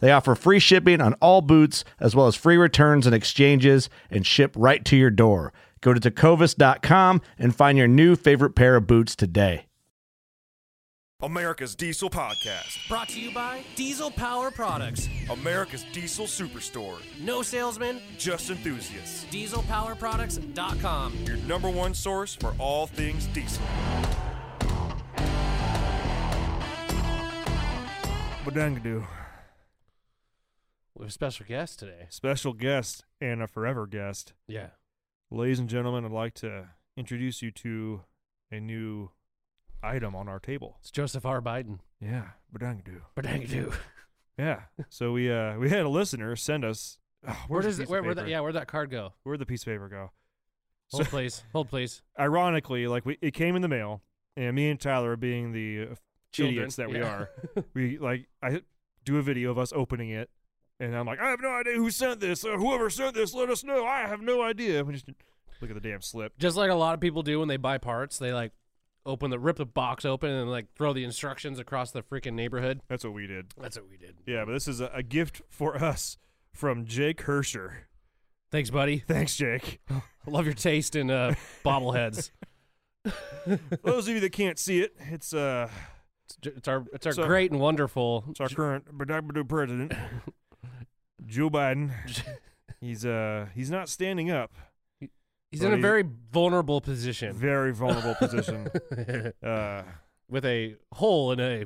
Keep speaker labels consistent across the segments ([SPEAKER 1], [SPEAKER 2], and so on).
[SPEAKER 1] They offer free shipping on all boots, as well as free returns and exchanges, and ship right to your door. Go to tecovas.com and find your new favorite pair of boots today.
[SPEAKER 2] America's Diesel Podcast.
[SPEAKER 3] Brought to you by Diesel Power Products.
[SPEAKER 2] America's Diesel Superstore.
[SPEAKER 3] No salesman,
[SPEAKER 2] Just enthusiasts.
[SPEAKER 3] dieselpowerproducts.com.
[SPEAKER 2] Your number one source for all things diesel.
[SPEAKER 4] Badangadu.
[SPEAKER 5] We have a special guest today.
[SPEAKER 4] Special guest and a forever guest.
[SPEAKER 5] Yeah.
[SPEAKER 4] Ladies and gentlemen, I'd like to introduce you to a new item on our table.
[SPEAKER 5] It's Joseph R. Biden.
[SPEAKER 4] Yeah, Badangadu.
[SPEAKER 5] But dang do.
[SPEAKER 4] Yeah. so we uh we had a listener send us Ugh,
[SPEAKER 5] Where
[SPEAKER 4] where's the
[SPEAKER 5] does
[SPEAKER 4] piece
[SPEAKER 5] where,
[SPEAKER 4] of
[SPEAKER 5] where that
[SPEAKER 4] paper?
[SPEAKER 5] yeah, where'd that card go?
[SPEAKER 4] Where'd the piece of paper go?
[SPEAKER 5] Hold please. Hold please.
[SPEAKER 4] Ironically, like we it came in the mail and me and Tyler being the uh,
[SPEAKER 5] Children.
[SPEAKER 4] idiots that we
[SPEAKER 5] Yeah.
[SPEAKER 4] are. we like I do a video of us opening it, and I'm like, I have no idea who sent this. Uh, whoever sent this, let us know. I have no idea. We just look at the damn slip.
[SPEAKER 5] Just like a lot of people do when they buy parts, they like open the rip the box open and like throw the instructions across the freaking neighborhood.
[SPEAKER 4] That's what we did.
[SPEAKER 5] That's what we did.
[SPEAKER 4] Yeah, but this is a, a gift for us from Jake Hersher.
[SPEAKER 5] Thanks, buddy.
[SPEAKER 4] Thanks, Jake.
[SPEAKER 5] I love your taste in uh bobbleheads.
[SPEAKER 4] For those of you that can't see it, it's uh,
[SPEAKER 5] It's, j- it's our it's our
[SPEAKER 4] So-
[SPEAKER 5] great and wonderful
[SPEAKER 4] it's our current president, Joe Biden. He's uh, he's not standing up.
[SPEAKER 5] He's in a
[SPEAKER 4] buddy.
[SPEAKER 5] very vulnerable position
[SPEAKER 4] Very vulnerable position. Uh,
[SPEAKER 5] with a hole in a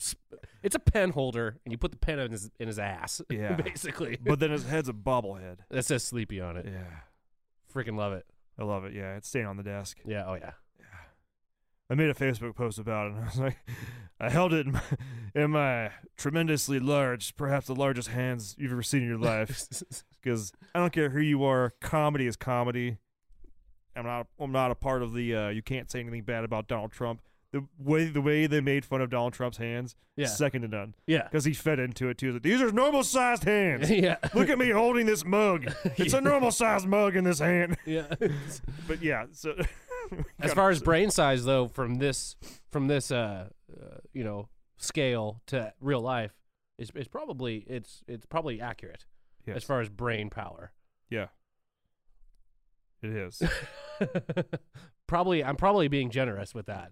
[SPEAKER 5] sp- it's a pen holder and you put the pen in his in his ass.
[SPEAKER 4] Yeah.
[SPEAKER 5] basically.
[SPEAKER 4] but then his head's a bobblehead.
[SPEAKER 5] that says sleepy on it.
[SPEAKER 4] Yeah,
[SPEAKER 5] Freaking love it.
[SPEAKER 4] I love it. Yeah, it's staying on the desk.
[SPEAKER 5] Yeah. Oh yeah.
[SPEAKER 4] I made a Facebook post about it, and I was like, I held it in my, in my tremendously large, perhaps the largest hands you've ever seen in your life, because I don't care who you are, comedy is comedy. I'm not, I'm not a part of the. Uh, you can't say anything bad about Donald Trump. The way, the way they made fun of Donald Trump's hands,
[SPEAKER 5] Yeah.
[SPEAKER 4] second to none,
[SPEAKER 5] yeah.
[SPEAKER 4] because he fed into it too. He's Like, These are normal sized hands.
[SPEAKER 5] yeah.
[SPEAKER 4] Look at me holding this mug. It's a normal sized mug in this hand.
[SPEAKER 5] Yeah.
[SPEAKER 4] But yeah, so
[SPEAKER 5] as far as brain size though, from this from this uh, uh you know scale to real life, it's it's probably it's it's probably accurate as
[SPEAKER 4] Yes.
[SPEAKER 5] far as brain power.
[SPEAKER 4] yeah, it is.
[SPEAKER 5] probably I'm probably being generous with that.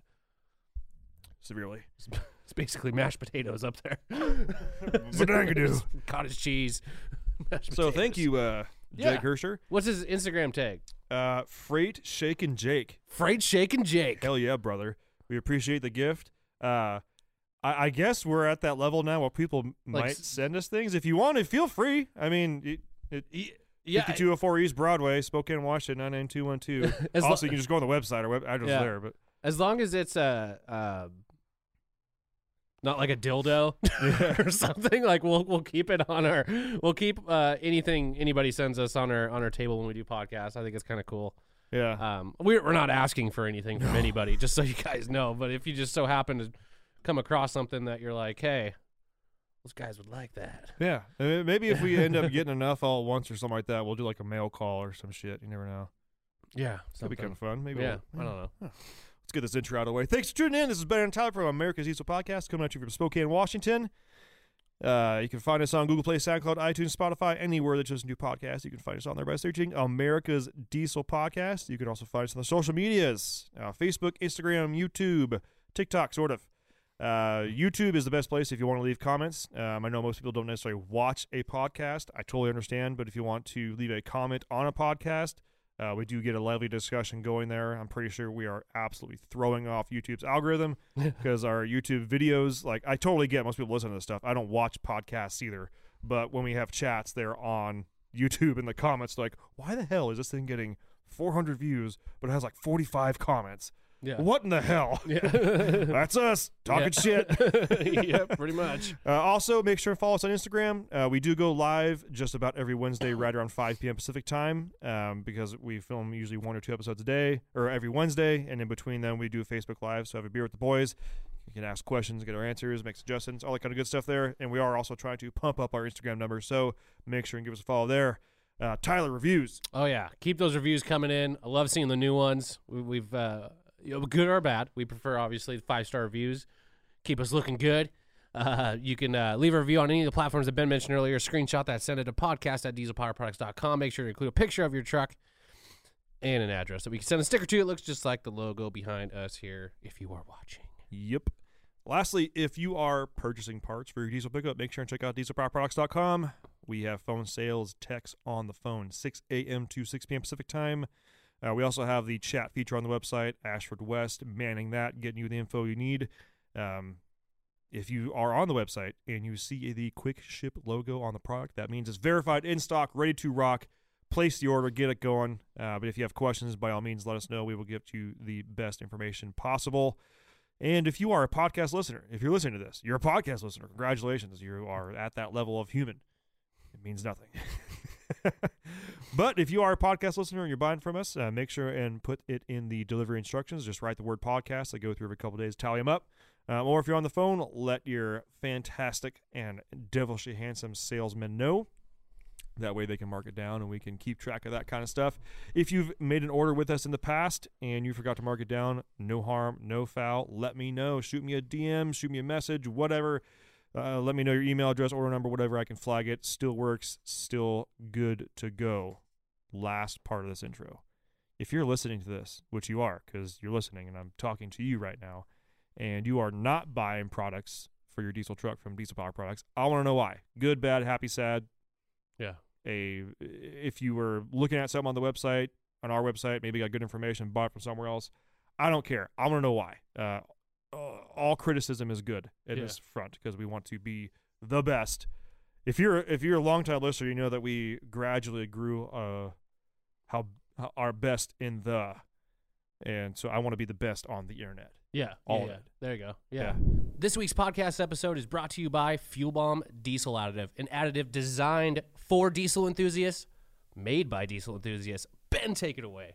[SPEAKER 4] severely.
[SPEAKER 5] It's basically mashed potatoes up there.
[SPEAKER 4] Badangadu.
[SPEAKER 5] Cottage cheese. mashed
[SPEAKER 4] So thank
[SPEAKER 5] potatoes.
[SPEAKER 4] you, uh,
[SPEAKER 5] Yeah.
[SPEAKER 4] Jake Hersher.
[SPEAKER 5] What's his Instagram tag?
[SPEAKER 4] Uh, Freight Shaken Jake.
[SPEAKER 5] Freight Shake and Jake.
[SPEAKER 4] Hell yeah, brother. We appreciate the gift. Uh, I, I guess we're at that level now where people m-
[SPEAKER 5] Like
[SPEAKER 4] might
[SPEAKER 5] s-
[SPEAKER 4] send us things. If you want to, feel free. I mean, it, it,
[SPEAKER 5] Yeah,
[SPEAKER 4] 5204 East Broadway, Spokane, Washington, 99212.
[SPEAKER 5] As
[SPEAKER 4] also,
[SPEAKER 5] lo-
[SPEAKER 4] you can just go on the website. Our web address
[SPEAKER 5] Yeah.
[SPEAKER 4] there. But
[SPEAKER 5] As long as it's a, uh, not like a dildo or something, like we'll we'll keep it on our we'll keep uh, anything anybody sends us on our on our table when we do podcasts. I think it's kind of cool.
[SPEAKER 4] yeah.
[SPEAKER 5] Um, we're we're not asking for anything from anybody, just so you guys know. But if you just so happen to come across something that you're like, hey, Those guys would like that.
[SPEAKER 4] Yeah, I mean, maybe if we end up getting enough all at once or something like that, we'll do like a mail call or some shit. You never know.
[SPEAKER 5] Yeah,
[SPEAKER 4] That'd be kind of fun. Maybe.
[SPEAKER 5] Yeah,
[SPEAKER 4] we'll,
[SPEAKER 5] I don't know.
[SPEAKER 4] Let's get this intro out of the way. Thanks for tuning in. This is Ben and Tyler from America's Diesel Podcast coming at you from Spokane, Washington. Uh, you can find us on Google Play, SoundCloud, iTunes, Spotify, anywhere that you listen to podcasts. You can find us on there by searching America's Diesel Podcast. You can also find us on the social medias uh, Facebook, Instagram, YouTube, TikTok, sort of. Uh, YouTube is the best place if you want to leave comments. Um, I know most people don't necessarily watch a podcast. I totally understand, but if you want to leave a comment on a podcast, uh, we do get a lively discussion going there. I'm pretty sure we are absolutely throwing off YouTube's algorithm because our YouTube videos, like, I totally get most people listen to this stuff. I don't watch podcasts either, but when we have chats, they're on YouTube in the comments, like, why the hell is this thing getting 400 views, but it has like 45 comments?
[SPEAKER 5] Yeah.
[SPEAKER 4] What in the hell? That's us talking shit.
[SPEAKER 5] yeah, pretty much.
[SPEAKER 4] Uh, also, make sure to follow us on Instagram. Uh, we do go live just about every Wednesday, right around 5 p.m. Pacific time, um, because we film usually one or two episodes a day, or every Wednesday, and in between them, we do Facebook Live. So have a beer with the boys. You can ask questions, get our answers, make suggestions, all that kind of good stuff there. And we are also trying to pump up our Instagram numbers, so make sure and give us a follow there. Uh, Tyler reviews.
[SPEAKER 5] Oh yeah, keep those reviews coming in. I love seeing the new ones. We, we've uh, you know, good or bad, we prefer obviously the five star reviews. Keep us looking good. Uh, you can uh, leave a review on any of the platforms that Ben mentioned earlier. Screenshot that, send it to podcast at dieselpowerproducts.com. Make sure to include a picture of your truck and an address that we can send a sticker to. It looks just like the logo behind us here if you are watching.
[SPEAKER 4] Yep. Lastly, if you are purchasing parts for your diesel pickup, make sure and check out dieselpowerproducts.com. We have phone sales, text on the phone, 6 a.m. to 6 p.m. Pacific time. Uh, we also have the chat feature on the website, Ashford West, manning that, getting you the info you need. Um, if you are on the website and you see the quick ship logo on the product, that means it's verified in stock, ready to rock. Place the order, get it going. Uh, but if you have questions, by all means, let us know. We will give you the best information possible. And if you are a podcast listener, if you're listening to this, you're a podcast listener. Congratulations, you are at that level of human. It means nothing. but if you are a podcast listener and you're buying from us, uh, make sure and put it in the delivery instructions. Just write the word podcast. I go through every couple days, tally them up. Um, or if you're on the phone, let your fantastic and devilishly handsome salesman know. That way they can mark it down and we can keep track of that kind of stuff. If you've made an order with us in the past and you forgot to mark it down, no harm, no foul. Let me know. Shoot me a DM, shoot me a message, whatever. Uh, let me know your email address, order number, whatever. I can flag it. Still works. Still good to go. Last part of this intro. If you're listening to this, which you are, because you're listening and I'm talking to you right now, and you are not buying products for your diesel truck from Diesel Power Products, I want to know why. Good, bad, happy, sad,
[SPEAKER 5] Yeah.
[SPEAKER 4] a if you were looking at something on the website on our website maybe got good information bought from somewhere else i don't care i want to know why uh, uh, all criticism is good at
[SPEAKER 5] Yeah.
[SPEAKER 4] this front because we want to be the best if you're if you're a long time listener you know that we gradually grew uh how, how our best in the and so i want to be the best on the internet
[SPEAKER 5] Yeah.
[SPEAKER 4] All
[SPEAKER 5] yeah,
[SPEAKER 4] of
[SPEAKER 5] yeah.
[SPEAKER 4] it.
[SPEAKER 5] There you go. Yeah. This week's podcast episode is brought to you by Fuel Bomb Diesel Additive, an additive designed for diesel enthusiasts, made by diesel enthusiasts. Ben, take it away.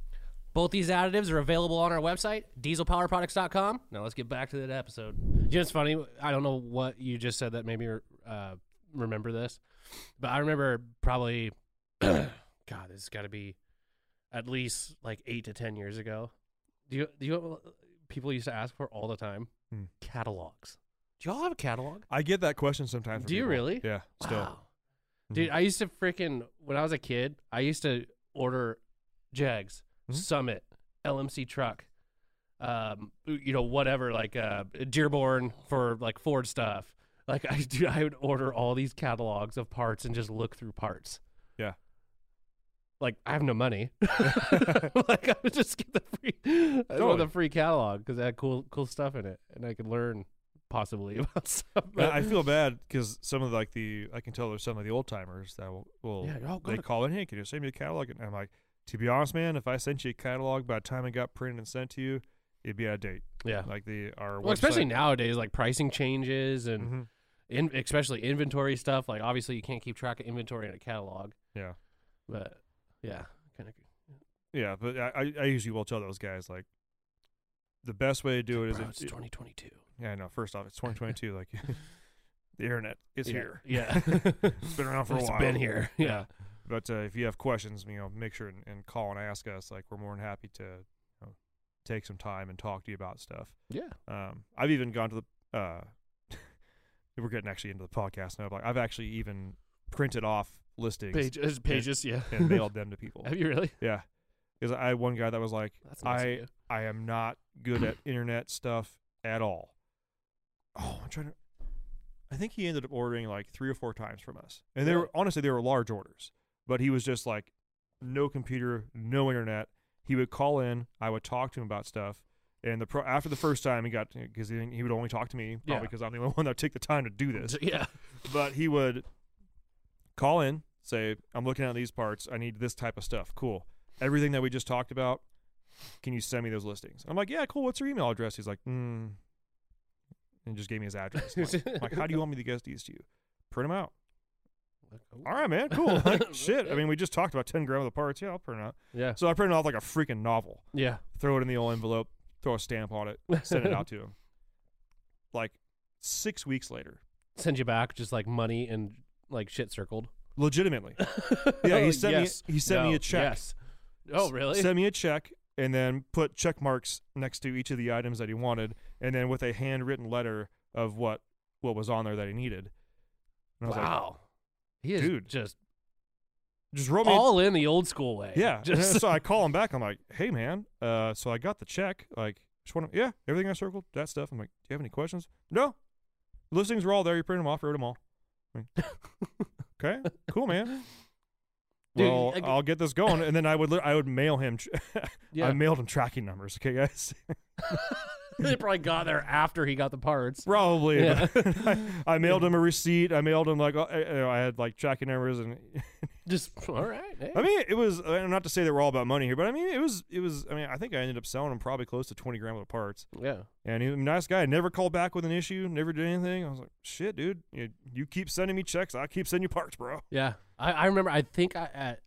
[SPEAKER 5] Both these additives are available on our website, dieselpowerproducts.com. Now let's get back to that episode. You know, it's funny. I don't know what you just said that made me uh, remember this, but I remember probably, God, this has got to be at least like eight to 10 years ago. Do you, do you, people used to ask for all the time
[SPEAKER 4] Hmm.
[SPEAKER 5] catalogs. Do y'all have a catalog?
[SPEAKER 4] I get that question sometimes. from
[SPEAKER 5] Do you
[SPEAKER 4] people.
[SPEAKER 5] really?
[SPEAKER 4] Yeah. Still. Mm-hmm.
[SPEAKER 5] Wow. Dude, I used to freaking when I was a kid, I used to order Jags,
[SPEAKER 4] Mm-hmm.
[SPEAKER 5] Summit, LMC truck, um, you know, whatever, like uh, Dearborn for like Ford stuff. Like I do, I would order all these catalogs of parts and just look through parts.
[SPEAKER 4] Yeah.
[SPEAKER 5] Like I have no money. like I would just get the free, I want
[SPEAKER 4] Totally.
[SPEAKER 5] the free catalog because it had cool, cool stuff in it, and I could learn possibly about stuff.
[SPEAKER 4] And
[SPEAKER 5] but-
[SPEAKER 4] I feel bad because some of like the I can tell there's some of the old timers that will, will
[SPEAKER 5] Yeah, oh, go
[SPEAKER 4] they
[SPEAKER 5] to-
[SPEAKER 4] call in hey can you send me a catalog and I'm like to be honest man if I sent you a catalog by the time it got printed and sent to you it'd be out of date
[SPEAKER 5] yeah.
[SPEAKER 4] like the our
[SPEAKER 5] Well, especially
[SPEAKER 4] website-
[SPEAKER 5] nowadays, like pricing changes and
[SPEAKER 4] Mhm.
[SPEAKER 5] in, especially inventory stuff. Like obviously, you can't keep track of inventory in a catalog,
[SPEAKER 4] yeah
[SPEAKER 5] but yeah, kind of.
[SPEAKER 4] yeah but I, I I usually will tell those guys like the best way to do it is
[SPEAKER 5] Bro,
[SPEAKER 4] if-
[SPEAKER 5] it's 2022.
[SPEAKER 4] yeah no first off it's 2022 like the internet is
[SPEAKER 5] yeah.
[SPEAKER 4] here
[SPEAKER 5] Yeah,
[SPEAKER 4] it's been around for a
[SPEAKER 5] It's
[SPEAKER 4] while
[SPEAKER 5] been here. Yeah,
[SPEAKER 4] But uh, if you have questions, you know, make sure and, and call and ask us. Like we're more than happy to you know, take some time and talk to you about stuff.
[SPEAKER 5] yeah.
[SPEAKER 4] Um, I've even gone to the. Uh, we're getting actually into the podcast now. But like, I've actually even printed off listings
[SPEAKER 5] Pages, pages. Yeah.
[SPEAKER 4] and mailed them to people.
[SPEAKER 5] Have you really?
[SPEAKER 4] Yeah, because I had one guy that was like,
[SPEAKER 5] That's nice of
[SPEAKER 4] I
[SPEAKER 5] you.
[SPEAKER 4] I am not good at internet stuff at all. Oh, I'm trying to. I think he ended up ordering like three or four times from us, and they were honestly they were large orders, but he was just like, no computer, no internet. He would call in, I would talk to him about stuff, and the pro- after the first time he got because he, didn't- he would only talk to me probably
[SPEAKER 5] Yeah.
[SPEAKER 4] because I'm the only one that took the time to do this
[SPEAKER 5] Yeah.
[SPEAKER 4] but he would call in, say, "I'm looking at these parts. I need this type of stuff. Cool. Everything that we just talked about. Can you send me those listings?" I'm like, "Yeah, cool. What's your email address?" He's like, "Hmm." And just gave me his address. I'm like, I'm like, how do you want me to get these to you? Print them out. All right, man. Cool. Like, shit. I mean, we just talked about 10 gram of the parts. Yeah, I'll print it out.
[SPEAKER 5] Yeah.
[SPEAKER 4] So I printed off like a freaking novel.
[SPEAKER 5] Yeah.
[SPEAKER 4] Throw it in the old envelope. Throw a stamp on it. Send it out to him. Like six weeks later,
[SPEAKER 5] Send you back just like money and like shit circled. Oh,
[SPEAKER 4] legitimately, Yeah, he sent
[SPEAKER 5] Yes.
[SPEAKER 4] me. He sent me
[SPEAKER 5] No.
[SPEAKER 4] a check.
[SPEAKER 5] Yes. Oh really?
[SPEAKER 4] Sent me a check and then put check marks next to each of the items that he wanted, and then with a handwritten letter of what what was on there that he needed. And I was like,
[SPEAKER 5] wow. he is
[SPEAKER 4] dude,
[SPEAKER 5] just
[SPEAKER 4] just wrote me. a-
[SPEAKER 5] all in the old school way.
[SPEAKER 4] yeah. And
[SPEAKER 5] Just
[SPEAKER 4] so I call him back. I'm like, hey man, uh, so I got the check. Like, just want to, yeah, everything I circled, that stuff. I'm like, do you have any questions? No. Listings were all there. You printed them off, wrote them all. I'm like, okay, cool, man.
[SPEAKER 5] Dude,
[SPEAKER 4] well,
[SPEAKER 5] like-
[SPEAKER 4] I'll get this going, and then I would lit- I would mail him. tr- I
[SPEAKER 5] Yeah.
[SPEAKER 4] mailed him tracking numbers. Okay, guys.
[SPEAKER 5] they probably got there after he got the parts.
[SPEAKER 4] Probably.
[SPEAKER 5] Yeah.
[SPEAKER 4] but I, I mailed him a receipt. I mailed him like uh, you know, I had like tracking numbers, and
[SPEAKER 5] Just all right. hey.
[SPEAKER 4] I mean it was uh, not to say that we're all about money here, but I mean it was it was. I mean I think I ended up selling him probably close to twenty grams of parts,
[SPEAKER 5] Yeah.
[SPEAKER 4] and he was a nice guy. Never called back with an issue. Never did anything. I was like, shit, dude, you, you keep sending me checks, I keep sending you parts, bro.
[SPEAKER 5] Yeah, I, I remember. I think I at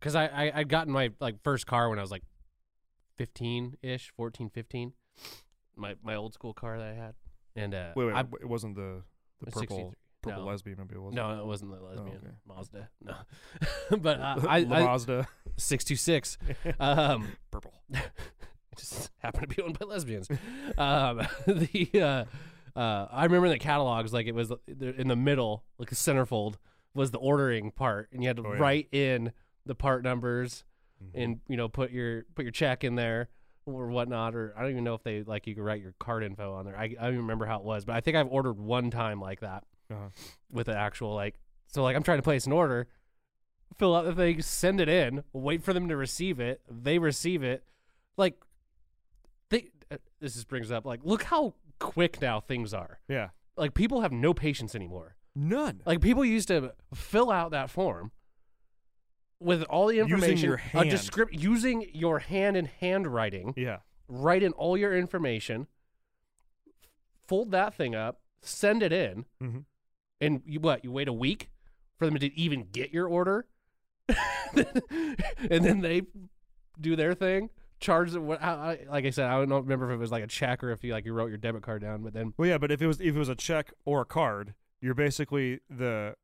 [SPEAKER 5] because I, I I'd gotten my like first car when I was like fifteen ish, 14, 15. My my old school car that I had, and uh,
[SPEAKER 4] Wait, wait,
[SPEAKER 5] I,
[SPEAKER 4] it wasn't the the
[SPEAKER 5] A
[SPEAKER 4] purple
[SPEAKER 5] 63.
[SPEAKER 4] purple
[SPEAKER 5] No.
[SPEAKER 4] lesbian. Maybe it wasn't.
[SPEAKER 5] no, it wasn't the lesbian
[SPEAKER 4] okay.
[SPEAKER 5] Mazda. No, but uh, I,
[SPEAKER 4] La
[SPEAKER 5] I
[SPEAKER 4] Mazda
[SPEAKER 5] six two six. Um,
[SPEAKER 4] purple.
[SPEAKER 5] It just happened to be owned by lesbians. um, the uh, uh, I remember in the catalogs, like it was the- in the middle, like a centerfold was the ordering part, and you had to
[SPEAKER 4] Oh, yeah. Mm-hmm.
[SPEAKER 5] write in the part numbers, and you know put your put your check in there or whatnot, or I don't even know if they like you could write your card info on there. I I don't even remember how it was, but I think I've ordered one time like that
[SPEAKER 4] Uh-huh.
[SPEAKER 5] with an actual like. So like I'm trying to place an order, fill out the thing, send it in, wait for them to receive it. They receive it, like they, uh, this just brings up like look how quick now things are
[SPEAKER 4] Yeah,
[SPEAKER 5] like people have no patience anymore
[SPEAKER 4] none.
[SPEAKER 5] like people used to fill out that form with all the
[SPEAKER 4] Using
[SPEAKER 5] information
[SPEAKER 4] your hand.
[SPEAKER 5] A descrip- using your hand and handwriting
[SPEAKER 4] yeah,
[SPEAKER 5] write in all your information fold that thing up send it in
[SPEAKER 4] Mhm.
[SPEAKER 5] and you what you wait a week for them to even get your order and then they do their thing charge them what I, I- like i said i don't know- remember if it was like a check or if you like you wrote your debit card down but then
[SPEAKER 4] Well, yeah, but if it was if it was a check or a card, you're basically the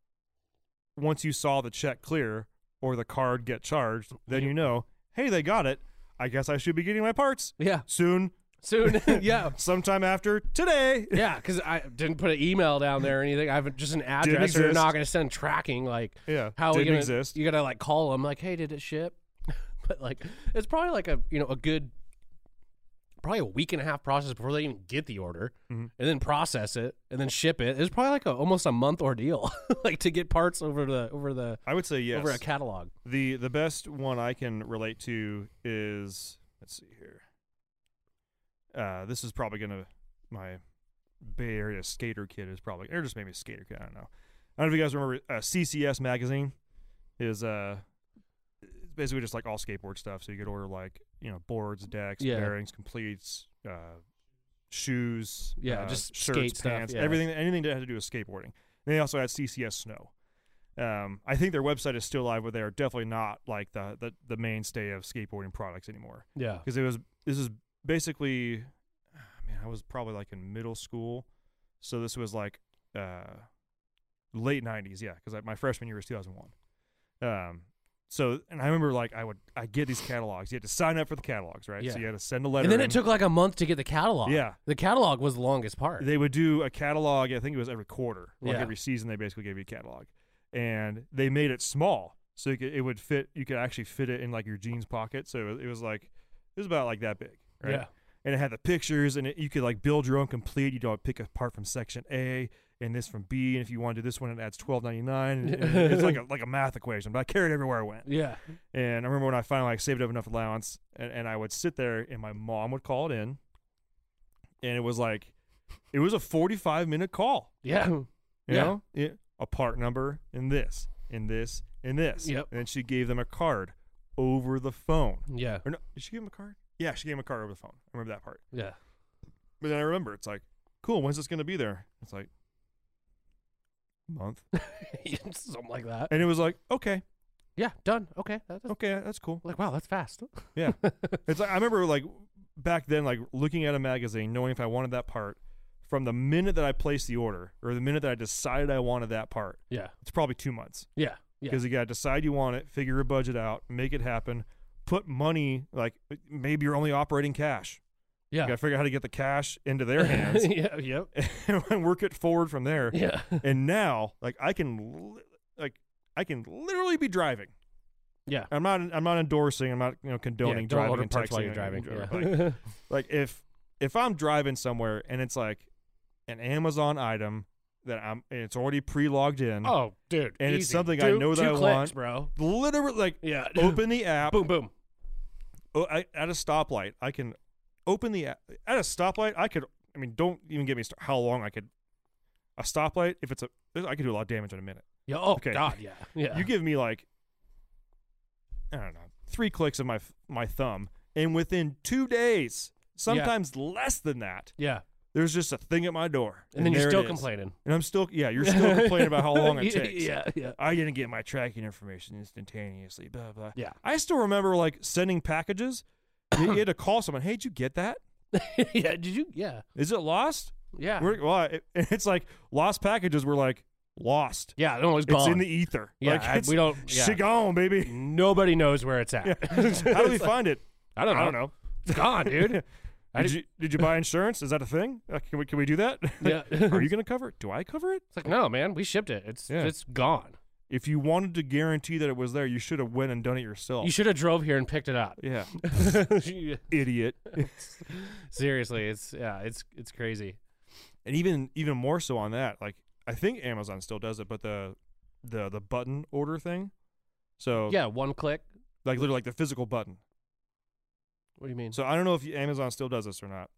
[SPEAKER 4] once you saw the check clear or the card get charged, then you know, hey, they got it. I guess I should be getting my parts
[SPEAKER 5] yeah
[SPEAKER 4] soon.
[SPEAKER 5] soon. yeah.
[SPEAKER 4] Sometime after today.
[SPEAKER 5] Yeah, because I didn't put an email down there or anything. I have just an address. Or you're
[SPEAKER 4] exist.
[SPEAKER 5] not going to send tracking. Like,
[SPEAKER 4] Yeah,
[SPEAKER 5] how are you
[SPEAKER 4] didn't
[SPEAKER 5] gonna,
[SPEAKER 4] exist.
[SPEAKER 5] You got to like call them. Like, hey, did it ship? but like, it's probably like a you know a good, probably a week and a half process before they even get the order,
[SPEAKER 4] Mm-hmm.
[SPEAKER 5] and then process it and then ship it. It's probably like a, almost a month ordeal, like to get parts over the over the
[SPEAKER 4] I would say yes.
[SPEAKER 5] over a catalog.
[SPEAKER 4] The the best one I can relate to is let's see here. Uh, this is probably gonna my Bay Area skater kid is probably or just maybe a skater kid. I don't know. I don't know if you guys remember uh, CCS magazine is uh it's basically just like all skateboard stuff. So you could order like you know boards, decks,
[SPEAKER 5] Yeah.
[SPEAKER 4] bearings, completes, uh, shoes,
[SPEAKER 5] Yeah,
[SPEAKER 4] uh,
[SPEAKER 5] just
[SPEAKER 4] shirts,
[SPEAKER 5] skate stuff,
[SPEAKER 4] pants,
[SPEAKER 5] yeah.
[SPEAKER 4] everything, anything that had to do with skateboarding. And they also had CCS snow. Um, I think their website is still live, but they are definitely not like the the, the mainstay of skateboarding products anymore.
[SPEAKER 5] Yeah,
[SPEAKER 4] Because it was this is basically, I mean, I was probably like in middle school, so this was like uh, late '90s, yeah. Because my freshman year was 2001. Um, so and I remember like I would I get these catalogs. You had to sign up for the catalogs, right?
[SPEAKER 5] Yeah.
[SPEAKER 4] So you had to send a letter.
[SPEAKER 5] and then it
[SPEAKER 4] in.
[SPEAKER 5] took like a month to get the catalog.
[SPEAKER 4] Yeah.
[SPEAKER 5] the catalog was the longest part.
[SPEAKER 4] They would do a catalog. I think it was every quarter, like
[SPEAKER 5] Yeah.
[SPEAKER 4] every season. They basically gave you a catalog, and they made it small so you could, it would fit. You could actually fit it in like your jeans pocket. So it was, it was like it was about like that big, right?
[SPEAKER 5] Yeah.
[SPEAKER 4] And it had the pictures, and it, you could like build your own complete. You don't pick apart from section A and this from B, and if you want to do this one, it adds twelve ninety nine. It's like a, like a math equation, but I carried everywhere I went.
[SPEAKER 5] yeah,
[SPEAKER 4] And I remember when I finally like saved up enough allowance, and, and I would sit there, and my mom would call it in, and it was like, it was a forty-five minute call,
[SPEAKER 5] yeah,
[SPEAKER 4] you
[SPEAKER 5] Yeah.
[SPEAKER 4] know, Yeah, a part number, and this, and this, and this.
[SPEAKER 5] Yep.
[SPEAKER 4] And then she gave them a card over the phone.
[SPEAKER 5] yeah,
[SPEAKER 4] Or no, did she give them a card? Yeah, she gave them a card over the phone. I remember that part.
[SPEAKER 5] yeah.
[SPEAKER 4] But then I remember it's like, cool. When's this gonna be there? It's like, month.
[SPEAKER 5] Something like that.
[SPEAKER 4] And it was like, okay,
[SPEAKER 5] Yeah, done. Okay, that- that's
[SPEAKER 4] okay, that's cool.
[SPEAKER 5] like wow, that's fast.
[SPEAKER 4] Yeah. it's like I remember like back then like looking at a magazine, knowing if I wanted that part from the minute that I placed the order or the minute that I decided I wanted that part.
[SPEAKER 5] Yeah,
[SPEAKER 4] It's probably 2 months
[SPEAKER 5] yeah, yeah.
[SPEAKER 4] because you got to decide you want it, figure your budget out, make it happen, put money like maybe you're only operating cash.
[SPEAKER 5] Yeah.
[SPEAKER 4] You got to figure out how to get the cash into their hands
[SPEAKER 5] yeah. Yep.
[SPEAKER 4] and work it forward from there.
[SPEAKER 5] Yeah.
[SPEAKER 4] And now like I can li- like I can literally be driving
[SPEAKER 5] Yeah.
[SPEAKER 4] I'm not. I'm not endorsing. I'm not you know condoning
[SPEAKER 5] don't
[SPEAKER 4] driving
[SPEAKER 5] order
[SPEAKER 4] and
[SPEAKER 5] parts while
[SPEAKER 4] texting
[SPEAKER 5] you're
[SPEAKER 4] and-
[SPEAKER 5] driving,
[SPEAKER 4] or,
[SPEAKER 5] yeah.
[SPEAKER 4] Like, like if if I'm driving somewhere and it's like an Amazon item that I'm and it's already pre-logged in.
[SPEAKER 5] Oh, dude.
[SPEAKER 4] And it's
[SPEAKER 5] easy.
[SPEAKER 4] something I
[SPEAKER 5] Two-
[SPEAKER 4] know that
[SPEAKER 5] two
[SPEAKER 4] I
[SPEAKER 5] clicks,
[SPEAKER 4] want.
[SPEAKER 5] bro.
[SPEAKER 4] Literally, like
[SPEAKER 5] Yeah.
[SPEAKER 4] open the app.
[SPEAKER 5] boom, boom.
[SPEAKER 4] Oh, I, at a stoplight, I can open the app. At a stoplight, I could. I mean, don't even get me started. How long I could. A stoplight, if it's a, I could do a lot of damage in a minute.
[SPEAKER 5] Yeah. Oh
[SPEAKER 4] Okay.
[SPEAKER 5] God. Yeah. Yeah.
[SPEAKER 4] You give me like I don't know, three clicks of my f- my thumb, and within two days, sometimes less than that,
[SPEAKER 5] yeah.
[SPEAKER 4] there's just a thing at my door,
[SPEAKER 5] And, then you're
[SPEAKER 4] there it
[SPEAKER 5] still
[SPEAKER 4] is.
[SPEAKER 5] complaining.
[SPEAKER 4] and I'm still yeah, you're still complaining about how long it
[SPEAKER 5] Yeah,
[SPEAKER 4] takes.
[SPEAKER 5] Yeah. Yeah.
[SPEAKER 4] I didn't get my tracking information instantaneously. Blah blah.
[SPEAKER 5] Yeah.
[SPEAKER 4] I still remember like sending packages. and you had to call someone. Hey, did you get that?
[SPEAKER 5] yeah. Did you? Yeah.
[SPEAKER 4] Is it lost?
[SPEAKER 5] Yeah.
[SPEAKER 4] We're, well, it, it's like lost packages were like lost.
[SPEAKER 5] yeah. No, it's
[SPEAKER 4] It's
[SPEAKER 5] gone.
[SPEAKER 4] in the ether.
[SPEAKER 5] Yeah,
[SPEAKER 4] like,
[SPEAKER 5] I-
[SPEAKER 4] it's-
[SPEAKER 5] we don't- yeah.
[SPEAKER 4] She gone, baby.
[SPEAKER 5] Nobody knows where it's at.
[SPEAKER 4] How do we find it?
[SPEAKER 5] I don't know.
[SPEAKER 4] I don't know.
[SPEAKER 5] It's gone, dude. I
[SPEAKER 4] Did
[SPEAKER 5] did-
[SPEAKER 4] you, did you buy insurance? Is that a thing? Uh, can we can we do that?
[SPEAKER 5] Yeah.
[SPEAKER 4] Are you going to cover it? Do I cover it?
[SPEAKER 5] It's like no, man. We shipped it. It's
[SPEAKER 4] Yeah.
[SPEAKER 5] it's gone.
[SPEAKER 4] If you wanted to guarantee that it was there, you should have went and done it yourself.
[SPEAKER 5] You should have drove here and picked it up.
[SPEAKER 4] Oh. yeah, idiot.
[SPEAKER 5] Seriously, it's yeah, it's it's crazy.
[SPEAKER 4] and even even more so on that, like I think Amazon still does it, but the the the button order thing. So
[SPEAKER 5] Yeah, one click.
[SPEAKER 4] like literally like the physical button.
[SPEAKER 5] What do you mean?
[SPEAKER 4] So I don't know if you- Amazon still does this or not,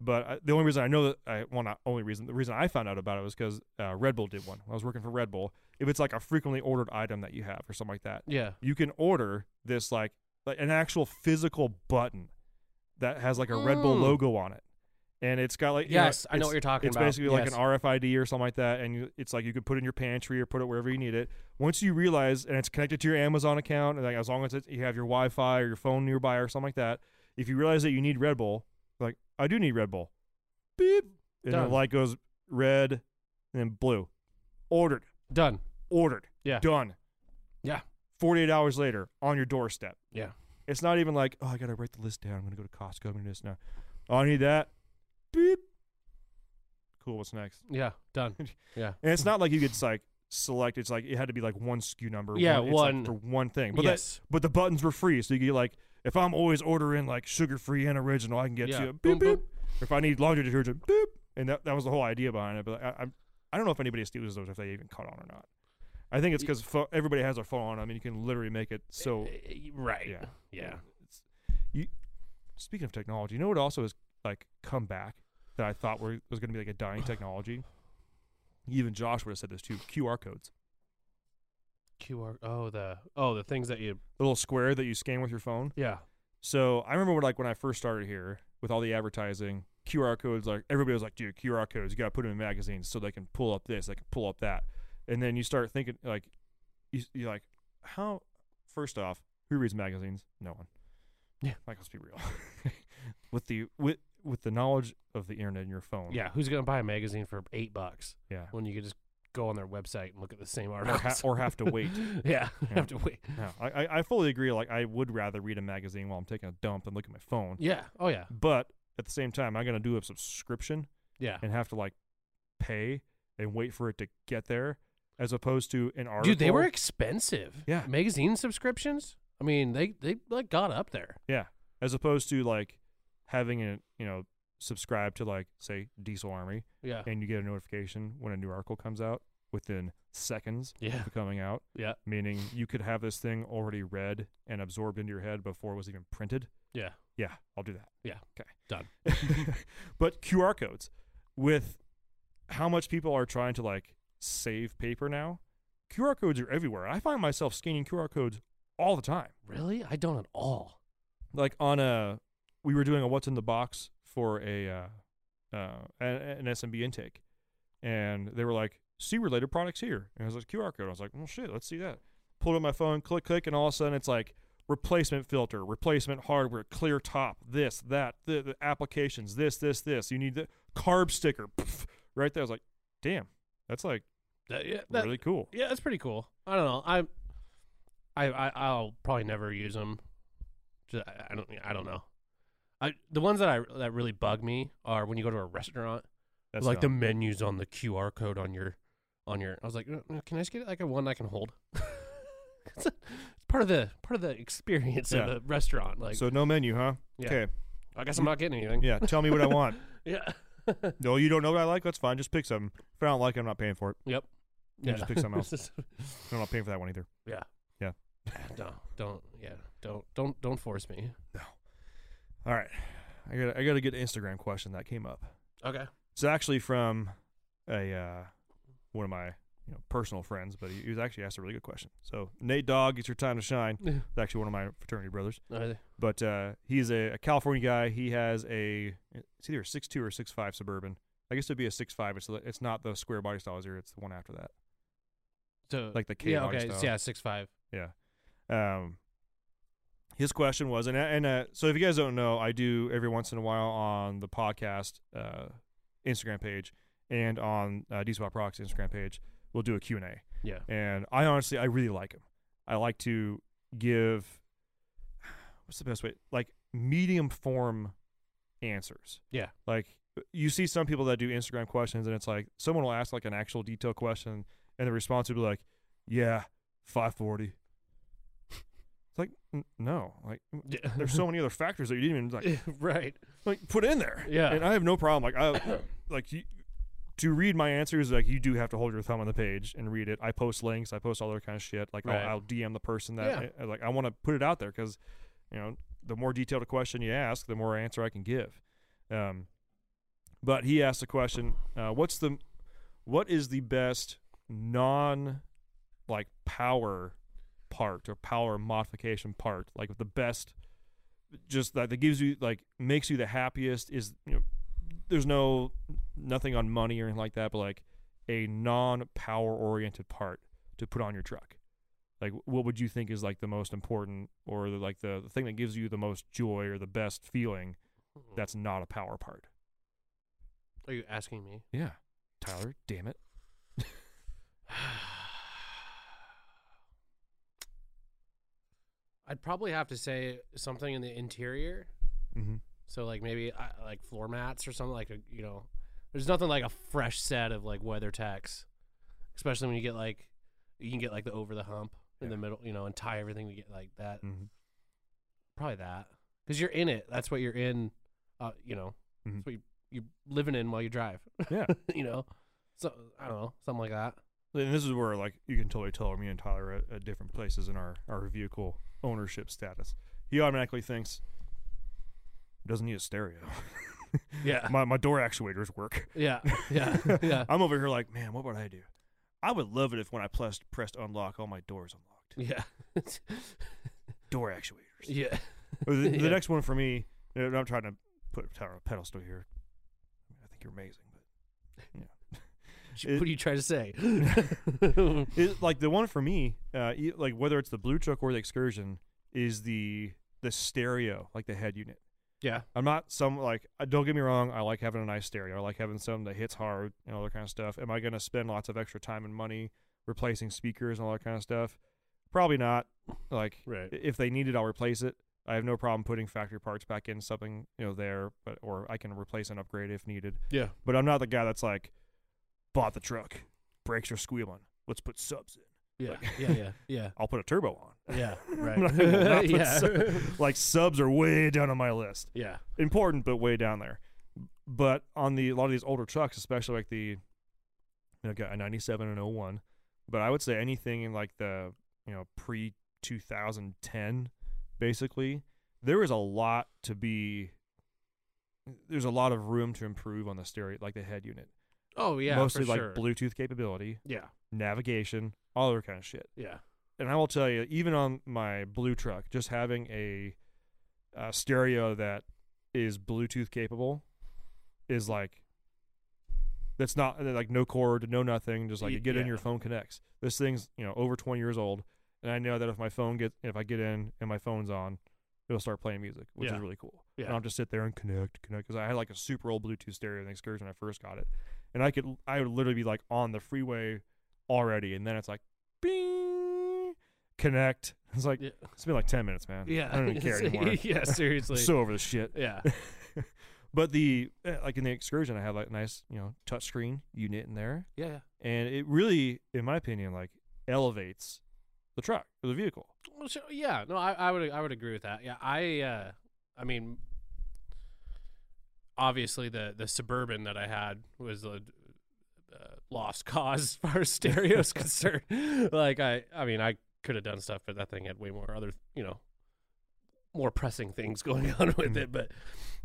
[SPEAKER 4] but I, the only reason I know that I well not only reason the reason I found out about it was because uh, Red Bull did one. When I was working for Red Bull. If it's like a frequently ordered item that you have or something like that,
[SPEAKER 5] yeah.
[SPEAKER 4] you can order this like like an actual physical button that has like a Red Bull
[SPEAKER 5] Mm.
[SPEAKER 4] logo on it. And it's got like you
[SPEAKER 5] Yes, I know what
[SPEAKER 4] it's-
[SPEAKER 5] you're talking
[SPEAKER 4] it's
[SPEAKER 5] about.
[SPEAKER 4] basically like
[SPEAKER 5] Yes.
[SPEAKER 4] an RFID or something like that, and you, it's like you could put it in your pantry or put it wherever you need it. Once you realize, and it's connected to your Amazon account, and like as long as it's, you have your Wi-Fi or your phone nearby or something like that, if you realize that you need Red Bull, like I do need Red Bull, beep, and the
[SPEAKER 5] Done.
[SPEAKER 4] light goes red and then blue. Ordered,
[SPEAKER 5] Done.
[SPEAKER 4] ordered,
[SPEAKER 5] Yeah.
[SPEAKER 4] done.
[SPEAKER 5] Yeah.
[SPEAKER 4] 48 hours later on your doorstep.
[SPEAKER 5] Yeah.
[SPEAKER 4] It's not even like, oh, I got to write the list down. I'm going to go to Costco. I'm going to do this now. Oh, I need that. Beep. Cool. What's next?
[SPEAKER 5] Yeah, done. Yeah.
[SPEAKER 4] And it's not like you could like select. It's like it had to be like one SKU number.
[SPEAKER 5] Yeah,
[SPEAKER 4] it's, like,
[SPEAKER 5] one-
[SPEAKER 4] for one thing. But that-
[SPEAKER 5] Yes.
[SPEAKER 4] but the buttons were free, so you could like if I'm always ordering like sugar free and original, I can get
[SPEAKER 5] Yeah.
[SPEAKER 4] you a beep
[SPEAKER 5] Boom, boom.
[SPEAKER 4] beep. Or if I need laundry detergent, beep. And that, that was the whole idea behind it. But I, I I don't know if anybody steals those if they even caught on or not. I think it's because fo- everybody has their phone on. I mean, you can literally make it so.
[SPEAKER 5] Eh, Right.
[SPEAKER 4] Eh, Yeah.
[SPEAKER 5] Yeah.
[SPEAKER 4] It's, you, speaking of technology, you know what also has like come back that I thought were, was going to be like a dying technology. Even Josh would have said this too. QR codes,
[SPEAKER 5] QR. Oh, the oh the things that you.
[SPEAKER 4] the little square that you scan with your phone.
[SPEAKER 5] Yeah.
[SPEAKER 4] So I remember when, like when I first started here with all the advertising, QR codes. Like everybody was like, "Dude, QR codes. You got to put them in magazines so they can pull up this, they can pull up that." And then you start thinking, like, you, you're like, "How?" First off, who reads magazines? No one.
[SPEAKER 5] Yeah.
[SPEAKER 4] like let's be real. with the with with the knowledge of the internet in your phone.
[SPEAKER 5] Yeah. Who's gonna buy a magazine for eight bucks
[SPEAKER 4] yeah.
[SPEAKER 5] when you could just go on their website and look at the same
[SPEAKER 4] Or,
[SPEAKER 5] article
[SPEAKER 4] ha- or have to wait.
[SPEAKER 5] yeah,
[SPEAKER 4] Yeah.
[SPEAKER 5] Have to wait.
[SPEAKER 4] No, I I- I fully agree. Like I would rather read a magazine while I'm taking a dump than look at my phone.
[SPEAKER 5] Yeah. Oh yeah.
[SPEAKER 4] But at the same time, I'm gonna do a subscription
[SPEAKER 5] Yeah.
[SPEAKER 4] and have to like pay and wait for it to get there, as opposed to an article.
[SPEAKER 5] Dude, they were expensive.
[SPEAKER 4] Yeah.
[SPEAKER 5] Magazine subscriptions. I mean, they they like got up there.
[SPEAKER 4] yeah, as opposed to like having a you know subscribe to like say Diesel Army
[SPEAKER 5] Yeah.
[SPEAKER 4] and you get a notification when a new article comes out within seconds
[SPEAKER 5] Yeah.
[SPEAKER 4] of coming out,
[SPEAKER 5] Yeah.
[SPEAKER 4] meaning you could have this thing already read and absorbed into your head before it was even printed.
[SPEAKER 5] Yeah.
[SPEAKER 4] Yeah, I'll do that.
[SPEAKER 5] Yeah.
[SPEAKER 4] Okay.
[SPEAKER 5] Done.
[SPEAKER 4] but QR codes with how much people are trying to like save paper now, QR codes are everywhere. I find myself scanning QR codes all the time.
[SPEAKER 5] Really? I don't at all.
[SPEAKER 4] Like on a we were doing a what's in the box for a uh, uh a- an SMB intake and they were like see related products here. And I was like QR code. I was like, "Well shit, let's see that." Pulled up my phone, click click and all of a sudden it's like replacement filter, replacement hardware, clear top, this, that, the, the applications, this, this, this. You need the carb sticker. Pff, right there I was like, "Damn. That's like
[SPEAKER 5] That- yeah, that-
[SPEAKER 4] really cool."
[SPEAKER 5] Yeah, that's pretty cool. I don't know. I, I, I I'll probably never use them. Just, I, I don't. I don't know. I the ones that I that really bug me are when you go to a restaurant,
[SPEAKER 4] That's
[SPEAKER 5] like the
[SPEAKER 4] dumb.
[SPEAKER 5] menus on the QR code on your, on your. I was like, "Uh, uh, can I just get like a one I can hold? it's, a- it's part of the part of the experience
[SPEAKER 4] Yeah.
[SPEAKER 5] of the restaurant. Like,
[SPEAKER 4] so no menu, huh?
[SPEAKER 5] Yeah.
[SPEAKER 4] Okay.
[SPEAKER 5] I guess I'm not getting anything.
[SPEAKER 4] Yeah, tell me what I want.
[SPEAKER 5] Yeah.
[SPEAKER 4] No, you don't know what I like. That's fine. Just pick something. If I don't like it, I'm not paying for it.
[SPEAKER 5] yep.
[SPEAKER 4] You just pick something else.
[SPEAKER 5] This is-
[SPEAKER 4] I'm not paying for that one either.
[SPEAKER 5] yeah.
[SPEAKER 4] Yeah.
[SPEAKER 5] no, don't. Yeah, don't, don't, don't force me.
[SPEAKER 4] All right, I got I got a good Instagram question that came up.
[SPEAKER 5] Okay.
[SPEAKER 4] It's actually from a uh, one of my you know personal friends, but he, he was actually asked a really good question. So Nate Dog, it's your time to shine.
[SPEAKER 5] Yeah.
[SPEAKER 4] It's actually one of my fraternity brothers,
[SPEAKER 5] Uh,
[SPEAKER 4] but uh, he's a, a California guy. He has a it's either a six two or six five suburban. I guess it'd be a six five. It's the- it's not the square body style here. It's the one after that.
[SPEAKER 5] so
[SPEAKER 4] Like the K
[SPEAKER 5] yeah,
[SPEAKER 4] body
[SPEAKER 5] okay,
[SPEAKER 4] style.
[SPEAKER 5] yeah, six five.
[SPEAKER 4] Um, his question was, and and uh, so if you guys don't know, I do every once in a while on the podcast uh, Instagram page and on uh, DSWAP Rocks Instagram page, we'll do a Q and A.
[SPEAKER 5] Yeah.
[SPEAKER 4] And I honestly, I really like him. I like to give what's the best way, like medium form answers.
[SPEAKER 5] Yeah.
[SPEAKER 4] Like you see some people that do Instagram questions, and it's like someone will ask like an actual detailed question, and the response would be like, "Yeah, 540." It's like n- no, like
[SPEAKER 5] Yeah.
[SPEAKER 4] there's so many other factors that you didn't even like
[SPEAKER 5] right.
[SPEAKER 4] like put in there.
[SPEAKER 5] Yeah.
[SPEAKER 4] and I have no problem. Like I like you, to read my answers. Like you do have to hold your thumb on the page and read it. I post links. I post all that kind of shit. Like
[SPEAKER 5] Right.
[SPEAKER 4] I'll, I'll DM the person that I- like I want to put it out there because you know the more detailed a question you ask, the more answer I can give. Um, but he asked the question, uh, "What's the what is the best non like power part or power modification part like the best just that that gives you like makes you the happiest is you know there's no nothing on money or anything like that but like a non power oriented part to put on your truck like what would you think is like the most important or the, like the, the thing that gives you the most joy or the best feeling that's not a power part
[SPEAKER 5] Are you asking me?
[SPEAKER 4] yeah tyler damn it
[SPEAKER 5] I'd probably have to say something in the interior
[SPEAKER 4] mm-hmm.
[SPEAKER 5] So like maybe uh, like floor mats or something like a, you know, there's nothing like a fresh set of like WeatherTechs, especially when you get like you can get like the over the hump in the middle, you know, and tie everything to get like that.
[SPEAKER 4] Mhm.
[SPEAKER 5] Probably that because you're in it. That's what you're in. Uh, you know,
[SPEAKER 4] Mhm.
[SPEAKER 5] that's what you, you're living in while you drive.
[SPEAKER 4] Yeah.
[SPEAKER 5] you know, so I don't know, something like that.
[SPEAKER 4] And this is where like you can totally tell me and Tyler are at, at different places in our, our vehicle ownership status. He automatically thinks "It doesn't need a stereo.
[SPEAKER 5] Yeah,
[SPEAKER 4] my my door actuators work.
[SPEAKER 5] yeah, yeah, yeah.
[SPEAKER 4] I'm over here like, man, what would I do? I would love it if when I pressed pressed unlock, all my doors unlocked.
[SPEAKER 5] Yeah.
[SPEAKER 4] Door actuators.
[SPEAKER 5] yeah.
[SPEAKER 4] Or the, the
[SPEAKER 5] Yeah.
[SPEAKER 4] next one for me, and I'm trying to put Tyler on a pedestal here. I think you're amazing, but It-
[SPEAKER 5] what do you try to say?
[SPEAKER 4] it, like the one for me, uh, e- like whether it's the blue truck or the excursion, is the the stereo, like the head unit.
[SPEAKER 5] yeah.
[SPEAKER 4] I'm not some like uh, don't get me wrong. I like having a nice stereo. I like having something that hits hard and all that kind of stuff. Am I going to spend lots of extra time and money replacing speakers and all that kind of stuff? Probably not. Like
[SPEAKER 5] Right.
[SPEAKER 4] i- if they need it, I'll replace it. I have no problem putting factory parts back in something you know there, but or I can replace and upgrade if needed.
[SPEAKER 5] Yeah.
[SPEAKER 4] But I'm not the guy that's like bought the truck, brakes are squealing. Let's put subs in.
[SPEAKER 5] Yeah. yeah. Yeah. Yeah.
[SPEAKER 4] I'll put a turbo on.
[SPEAKER 5] Yeah.
[SPEAKER 4] I'm not gonna not put
[SPEAKER 5] yeah.
[SPEAKER 4] sub- like subs are way down on my list
[SPEAKER 5] yeah.
[SPEAKER 4] important, but way down there. But on the a lot of these older trucks, especially like the, you know, got a '97 and 01, but I would say anything in like the you know pre 2010, basically, there is a lot to be. There's a lot of room to improve on the stereo, like the head unit,
[SPEAKER 5] Oh yeah.
[SPEAKER 4] mostly
[SPEAKER 5] for
[SPEAKER 4] like
[SPEAKER 5] sure.
[SPEAKER 4] Bluetooth capability,
[SPEAKER 5] Yeah.
[SPEAKER 4] navigation, all that kind of shit
[SPEAKER 5] Yeah.
[SPEAKER 4] and I will tell you, even on my blue truck, just having a uh, stereo that is Bluetooth capable is like that's not uh, like no cord, no nothing. Just like
[SPEAKER 5] Y-
[SPEAKER 4] you get in,
[SPEAKER 5] yeah.
[SPEAKER 4] your phone connects. This thing's you know over twenty years old, and I know that if my phone gets if I get in and my phone's on, it'll start playing music, which
[SPEAKER 5] Yeah.
[SPEAKER 4] is really cool.
[SPEAKER 5] Yeah.
[SPEAKER 4] And I'll just sit there and connect, connect because I had like a super old Bluetooth stereo in the excursion when I first got it, and I could I would literally be like on the freeway already, and then it's like, bing, connect. It's like
[SPEAKER 5] Yeah.
[SPEAKER 4] it's been like ten minutes, man.
[SPEAKER 5] Yeah.
[SPEAKER 4] I don't even care anymore.
[SPEAKER 5] yeah. Seriously.
[SPEAKER 4] I'm so over the shit.
[SPEAKER 5] yeah.
[SPEAKER 4] But the eh, like in the excursion, I had like a nice you know touchscreen unit in there,
[SPEAKER 5] Yeah. Yeah.
[SPEAKER 4] and it really, in my opinion, like elevates the truck or the vehicle.
[SPEAKER 5] Well, sure, yeah, no, I, I would I would agree with that. Yeah, I uh, I mean, obviously the the suburban that I had was a uh, lost cause as far as stereo is concerned. Like I, I mean, I could have done stuff, but that thing had way more other, you know, more pressing things going on with it. But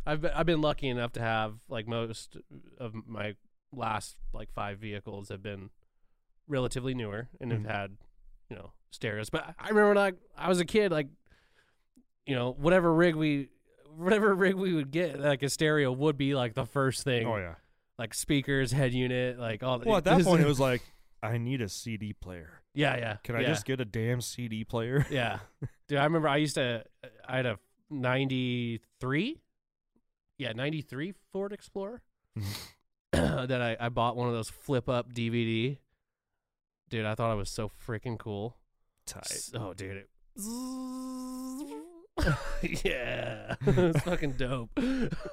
[SPEAKER 5] I've been, I've been lucky enough to have like most of my last like five vehicles have been relatively newer and
[SPEAKER 4] Mhm.
[SPEAKER 5] have had you know stereos. But I- I remember when I I was a kid, like you know whatever rig we whatever rig we would get, like a stereo would be like the first thing.
[SPEAKER 4] Oh, yeah.
[SPEAKER 5] Like speakers, head unit, like all. the-
[SPEAKER 4] Well, at that
[SPEAKER 5] this-
[SPEAKER 4] point, it was like, I need a CD player.
[SPEAKER 5] yeah, yeah.
[SPEAKER 4] Can I
[SPEAKER 5] yeah.
[SPEAKER 4] just get a damn CD player?
[SPEAKER 5] Yeah. Dude, I remember I used to, I had a 93, yeah, 93 Ford Explorer that I, I bought one of those flip up DVD. Dude, I thought I was so freaking cool.
[SPEAKER 4] Tight.
[SPEAKER 5] S- Oh, dude. It, yeah. it's fucking dope.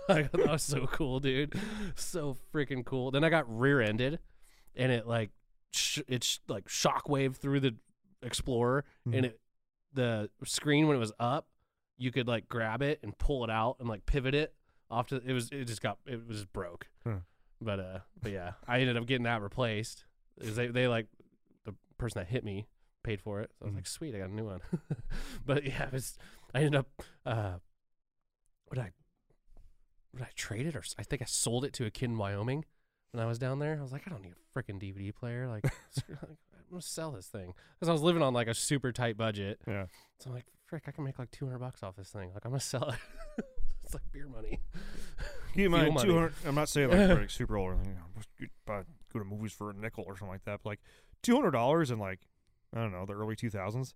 [SPEAKER 5] I thought that was so cool, dude. So freaking cool. Then I got rear ended and it like, sh- it's sh- like shockwave through the Explorer and it, the screen when it was up, you could like grab it and pull it out and like pivot it off to, it was, it just got, it was broke.
[SPEAKER 4] Huh.
[SPEAKER 5] But, uh, but yeah, I ended up getting that replaced. 'Cause They, they like, the person that hit me paid for it. So I was
[SPEAKER 4] Mhm.
[SPEAKER 5] like, sweet, I got a new one. but yeah, it was, I ended up, uh, what did I, what did I trade it or s- I think I sold it to a kid in Wyoming when I was down there. I was like, I don't need a freaking DVD player. Like, screw- I'm gonna sell this thing because I was living on like a super tight budget.
[SPEAKER 4] Yeah.
[SPEAKER 5] So I'm like, frick, I can make like 200 bucks off this thing. Like, I'm gonna sell it. it's like beer money.
[SPEAKER 4] Keep in mind,
[SPEAKER 5] money.
[SPEAKER 4] 200. I'm not saying like like super old or anything. You know, just go- buy, go to movies for a nickel or something like that. But like two hundred dollars in like I don't know the early two thousands.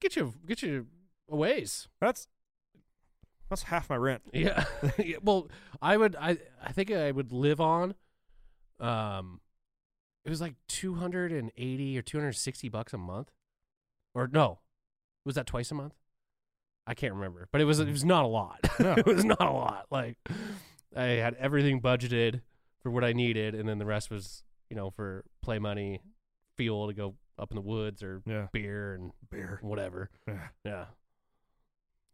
[SPEAKER 5] Get you, get you a ways.
[SPEAKER 4] That's that's half my rent.
[SPEAKER 5] Yeah. Yeah, Well, I would I I think I would live on um it was like 280 or 260 bucks a month. Or no. Was that twice a month? I can't remember, but it was it was not a lot. it was not a lot. Like I had everything budgeted for what I needed, and then the rest was you know for play money, fuel to go up in the woods or
[SPEAKER 4] Yeah.
[SPEAKER 5] beer and
[SPEAKER 4] Beer.
[SPEAKER 5] whatever.
[SPEAKER 4] Yeah.
[SPEAKER 5] Yeah.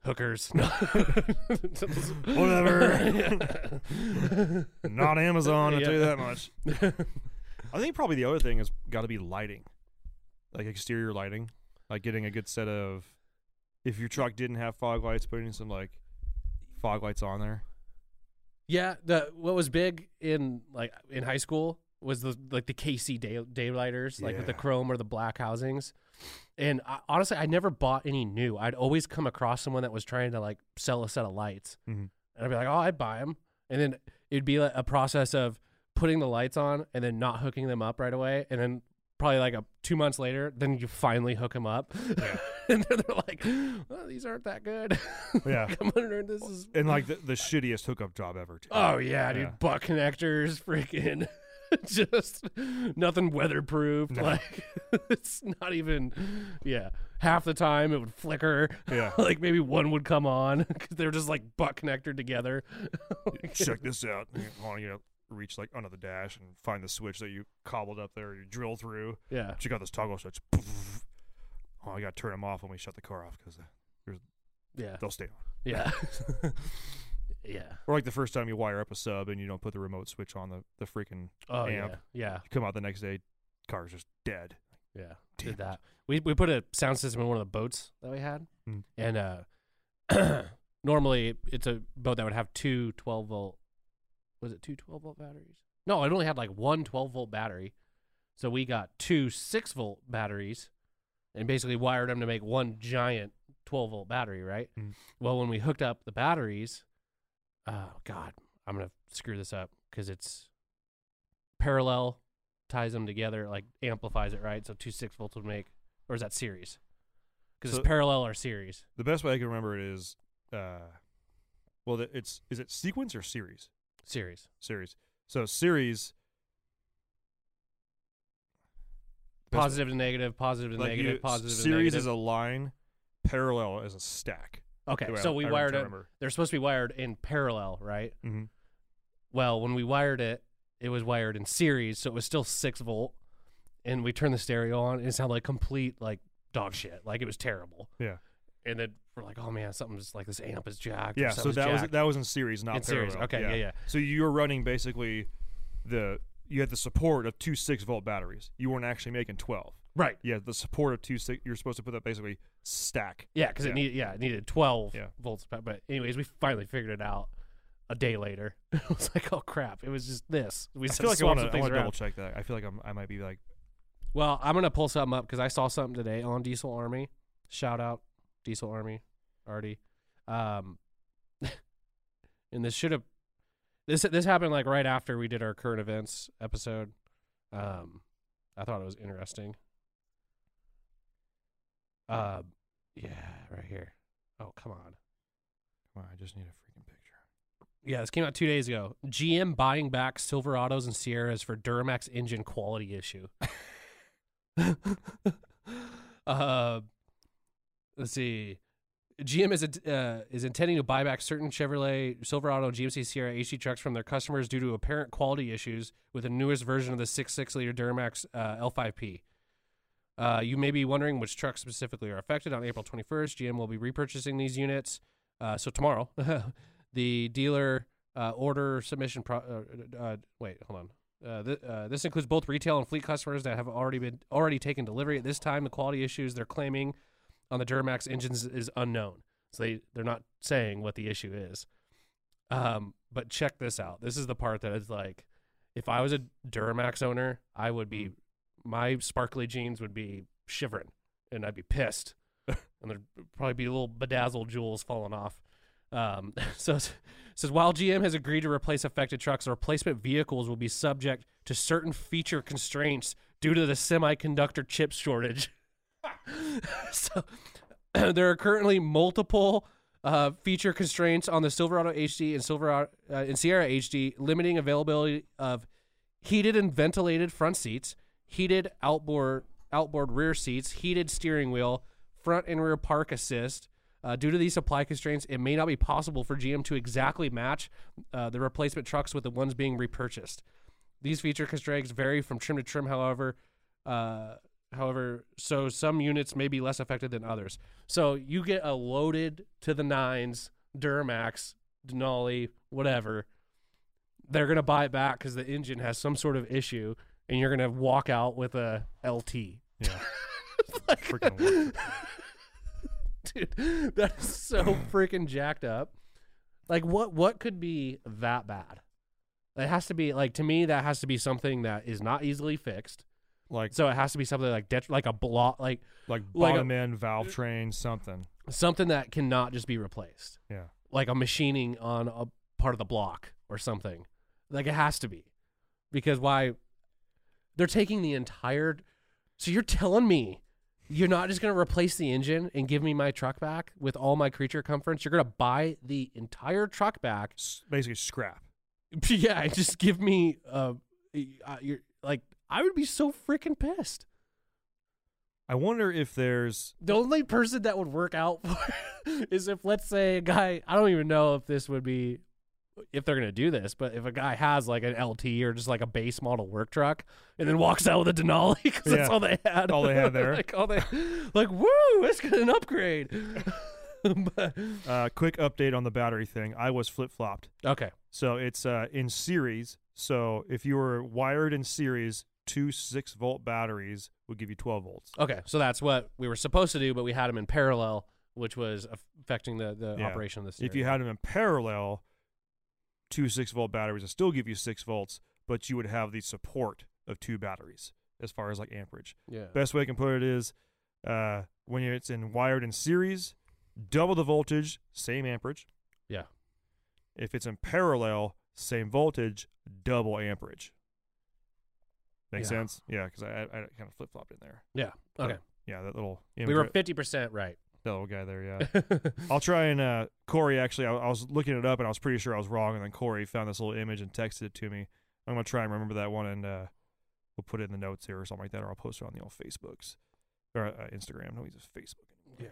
[SPEAKER 5] Hookers.
[SPEAKER 4] Whatever. Not Amazon, I'll tell you
[SPEAKER 5] Yeah.
[SPEAKER 4] that much. I think probably the other thing has got to be lighting, like exterior lighting, like getting a good set of. If your truck didn't have fog lights, putting some like fog lights on there.
[SPEAKER 5] yeah, the what was big in like in high school was the like the KC day daylighters, like with the
[SPEAKER 4] Yeah.
[SPEAKER 5] chrome or the black housings. And I, honestly, I never bought any new. I'd always come across someone that was trying to like sell a set of lights,
[SPEAKER 4] Mhm.
[SPEAKER 5] and I'd be like, "Oh, I'd buy them." And then it'd be like a process of putting the lights on and then not hooking them up right away, and then probably like a two months later, then you finally hook them up, and then they're like, oh, "These aren't that good."
[SPEAKER 4] Yeah.
[SPEAKER 5] come under this is
[SPEAKER 4] And like the, the shittiest hookup job ever. Too.
[SPEAKER 5] Oh yeah,
[SPEAKER 4] Yeah.
[SPEAKER 5] dude, butt connectors, freaking, just nothing weatherproof. Like it's not even. Yeah, half the time it would flicker.
[SPEAKER 4] Yeah.
[SPEAKER 5] like maybe one would come on because they're just like butt connected together.
[SPEAKER 4] Check this out. You want to reach like under the dash and find the switch that you cobbled up there. You drill through.
[SPEAKER 5] yeah,
[SPEAKER 4] Check out this toggle switch. Oh, I got to turn them off when we shut the car off because
[SPEAKER 5] yeah,
[SPEAKER 4] they'll stay on.
[SPEAKER 5] yeah, yeah.
[SPEAKER 4] Or like the first time you wire up a sub and you don't put the remote switch on the, the freaking
[SPEAKER 5] Oh
[SPEAKER 4] amp.
[SPEAKER 5] yeah,
[SPEAKER 4] You come out the next day, car's just dead.
[SPEAKER 5] yeah, yeah.
[SPEAKER 4] Damn
[SPEAKER 5] Did
[SPEAKER 4] it.
[SPEAKER 5] that. We we put a sound system in one of the boats that we had,
[SPEAKER 4] Mm.
[SPEAKER 5] and uh, normally it's a boat that would have two 12 volt was it two 12 volt batteries? No, it only had like one 12 volt battery. So we got two 6 volt batteries and basically wired them to make one giant 12 volt battery, right?
[SPEAKER 4] Mm.
[SPEAKER 5] Well, when we hooked up the batteries, oh God, I'm going to screw this up because it's parallel, ties them together, like amplifies it, right? So two 6 volts would make, or is that series? Because
[SPEAKER 4] So-
[SPEAKER 5] it's parallel or series.
[SPEAKER 4] The best way I can remember it is, uh, well, the, it's is it sequence or series?
[SPEAKER 5] Series.
[SPEAKER 4] Series. So series. best way-
[SPEAKER 5] Positive and negative, positive and
[SPEAKER 4] like
[SPEAKER 5] negative,
[SPEAKER 4] you,
[SPEAKER 5] positive and
[SPEAKER 4] Series
[SPEAKER 5] negative.
[SPEAKER 4] is a line, parallel is a stack.
[SPEAKER 5] Okay,
[SPEAKER 4] the way I-
[SPEAKER 5] so we
[SPEAKER 4] I
[SPEAKER 5] wired it.
[SPEAKER 4] remember.
[SPEAKER 5] They're supposed to be wired in parallel, right?
[SPEAKER 4] Mm-hmm.
[SPEAKER 5] Well, when we wired it, it was wired in series, so it was still six volt. And we turned the stereo on, and it sounded like complete like dog shit. Like it was terrible.
[SPEAKER 4] Yeah.
[SPEAKER 5] And then we're like, oh man, something's like this amp is jacked. or
[SPEAKER 4] Yeah. So
[SPEAKER 5] something's
[SPEAKER 4] that was
[SPEAKER 5] jacked."
[SPEAKER 4] that was in series, not
[SPEAKER 5] In
[SPEAKER 4] parallel.
[SPEAKER 5] series, okay, yeah, yeah.
[SPEAKER 4] So you were running basically the you had the support of two six volt batteries. You weren't actually making twelve.
[SPEAKER 5] right.
[SPEAKER 4] You had the support of two six. You're supposed to put that basically stack.
[SPEAKER 5] Yeah, because
[SPEAKER 4] Yeah.
[SPEAKER 5] it needed yeah it needed twelve
[SPEAKER 4] Yeah.
[SPEAKER 5] volts. But, but anyways, we finally figured it out a day later. I was like, oh crap, it was just this. We
[SPEAKER 4] I
[SPEAKER 5] s-
[SPEAKER 4] feel like I
[SPEAKER 5] swapped
[SPEAKER 4] want
[SPEAKER 5] some
[SPEAKER 4] to
[SPEAKER 5] things around.
[SPEAKER 4] double check that. I feel like I'm, I might be like
[SPEAKER 5] Well, I'm gonna pull something up because I saw something today on Diesel Army. Shout out Diesel Army, Artie. Um, and this should have this this happened like right after we did our current events episode. Um, I thought it was interesting. Uh, yeah, right here. Oh, come on.
[SPEAKER 4] Come on, I just need a freaking picture.
[SPEAKER 5] Yeah, this came out two days ago. GM buying back Silverados and Sierras for Duramax engine quality issue. uh, let's see. GM is int- uh, is intending to buy back certain Chevrolet, Silverado, GMC Sierra HD trucks from their customers due to apparent quality issues with the newest version of the 6.6 liter Duramax uh, L5P. Uh, you may be wondering which trucks specifically are affected. On April 21st, GM will be repurchasing these units. Uh, so tomorrow, the dealer uh, order submission. Pro- uh, uh, wait, hold on. Uh, th- uh, this includes both retail and fleet customers that have already been already taken delivery. At this time, the quality issues they're claiming on the Duramax engines is unknown. So they they're not saying what the issue is. Um, but check this out. This is the part that is like, if I was a Duramax owner, I would be my sparkly jeans would be shivering, and I'd be pissed, and there'd probably be little bedazzled jewels falling off. Um, so it says while GM has agreed to replace affected trucks, the replacement vehicles will be subject to certain feature constraints due to the semiconductor chip shortage. so there are currently multiple uh, feature constraints on the Silverado HD and Silverado uh, and Sierra HD, limiting availability of heated and ventilated front seats, heated outboard outboard rear seats, heated steering wheel, front and rear park assist, Uh, due to these supply constraints, it may not be possible for GM to exactly match uh, the replacement trucks with the ones being repurchased. These feature constraints vary from trim to trim, however. Uh, however, so some units may be less affected than others. So you get a loaded to the nines Duramax, Denali, whatever. They're gonna buy it back because the engine has some sort of issue, and you're gonna walk out with a LT.
[SPEAKER 4] Yeah. Freaking worth it.
[SPEAKER 5] Dude, that is so freaking jacked up. Like, what what could be that bad? It has to be like to me that has to be something that is not easily fixed.
[SPEAKER 4] Like
[SPEAKER 5] So it has to be something like det- like a block, like
[SPEAKER 4] like
[SPEAKER 5] like a-
[SPEAKER 4] bottom end valve train something.
[SPEAKER 5] something that cannot just be replaced,
[SPEAKER 4] Yeah.
[SPEAKER 5] like a machining on a part of the block or something. Like it has to be, because why? They're taking the entire. So you're telling me you're not just gonna replace the engine and give me my truck back with all my creature comforts. You're gonna buy the entire truck back
[SPEAKER 4] S- basically scrap.
[SPEAKER 5] yeah, just give me uh, y- uh you're like I would be so freaking pissed.
[SPEAKER 4] I wonder if there's
[SPEAKER 5] The only person that would work out for it is if let's say a guy I don't even know if this would be if they're gonna do this, but if a guy has like an LT or just like a base model work truck and then walks out with a Denali because that's
[SPEAKER 4] Yeah.
[SPEAKER 5] all they had,
[SPEAKER 4] All they had there.
[SPEAKER 5] like all they, like woo, let's get an upgrade. but,
[SPEAKER 4] uh, quick update on the battery thing. I was flip flopped.
[SPEAKER 5] okay,
[SPEAKER 4] So it's uh, in series. So if you were wired in series, two six volt batteries would give you 12 volts.
[SPEAKER 5] Okay, so that's what we were supposed to do, but we had them in parallel, which was aff- affecting the, the
[SPEAKER 4] Yeah.
[SPEAKER 5] operation of this.
[SPEAKER 4] If you had them in parallel, two six volt batteries would still give you six volts, but you would have the support of two batteries as far as like amperage.
[SPEAKER 5] yeah,
[SPEAKER 4] Best way I can put it is uh, when it's in wired in series, double the voltage, same amperage.
[SPEAKER 5] yeah,
[SPEAKER 4] If it's in parallel, same voltage, double amperage. Make
[SPEAKER 5] Yeah.
[SPEAKER 4] sense? Yeah, because I, I kind of flip flopped in there.
[SPEAKER 5] yeah, okay.
[SPEAKER 4] Yeah, that little
[SPEAKER 5] we were
[SPEAKER 4] immigrant-
[SPEAKER 5] fifty percent right.
[SPEAKER 4] that little guy there. Yeah, I'll try and uh, Corey. Actually, I, I was looking it up and I was pretty sure I was wrong, and then Corey found this little image and texted it to me. I'm gonna try and remember that one, and uh, we'll put it in the notes here or something like that, or I'll post it on the old Facebooks or uh, Instagram. No, he's just Facebook.
[SPEAKER 5] yeah.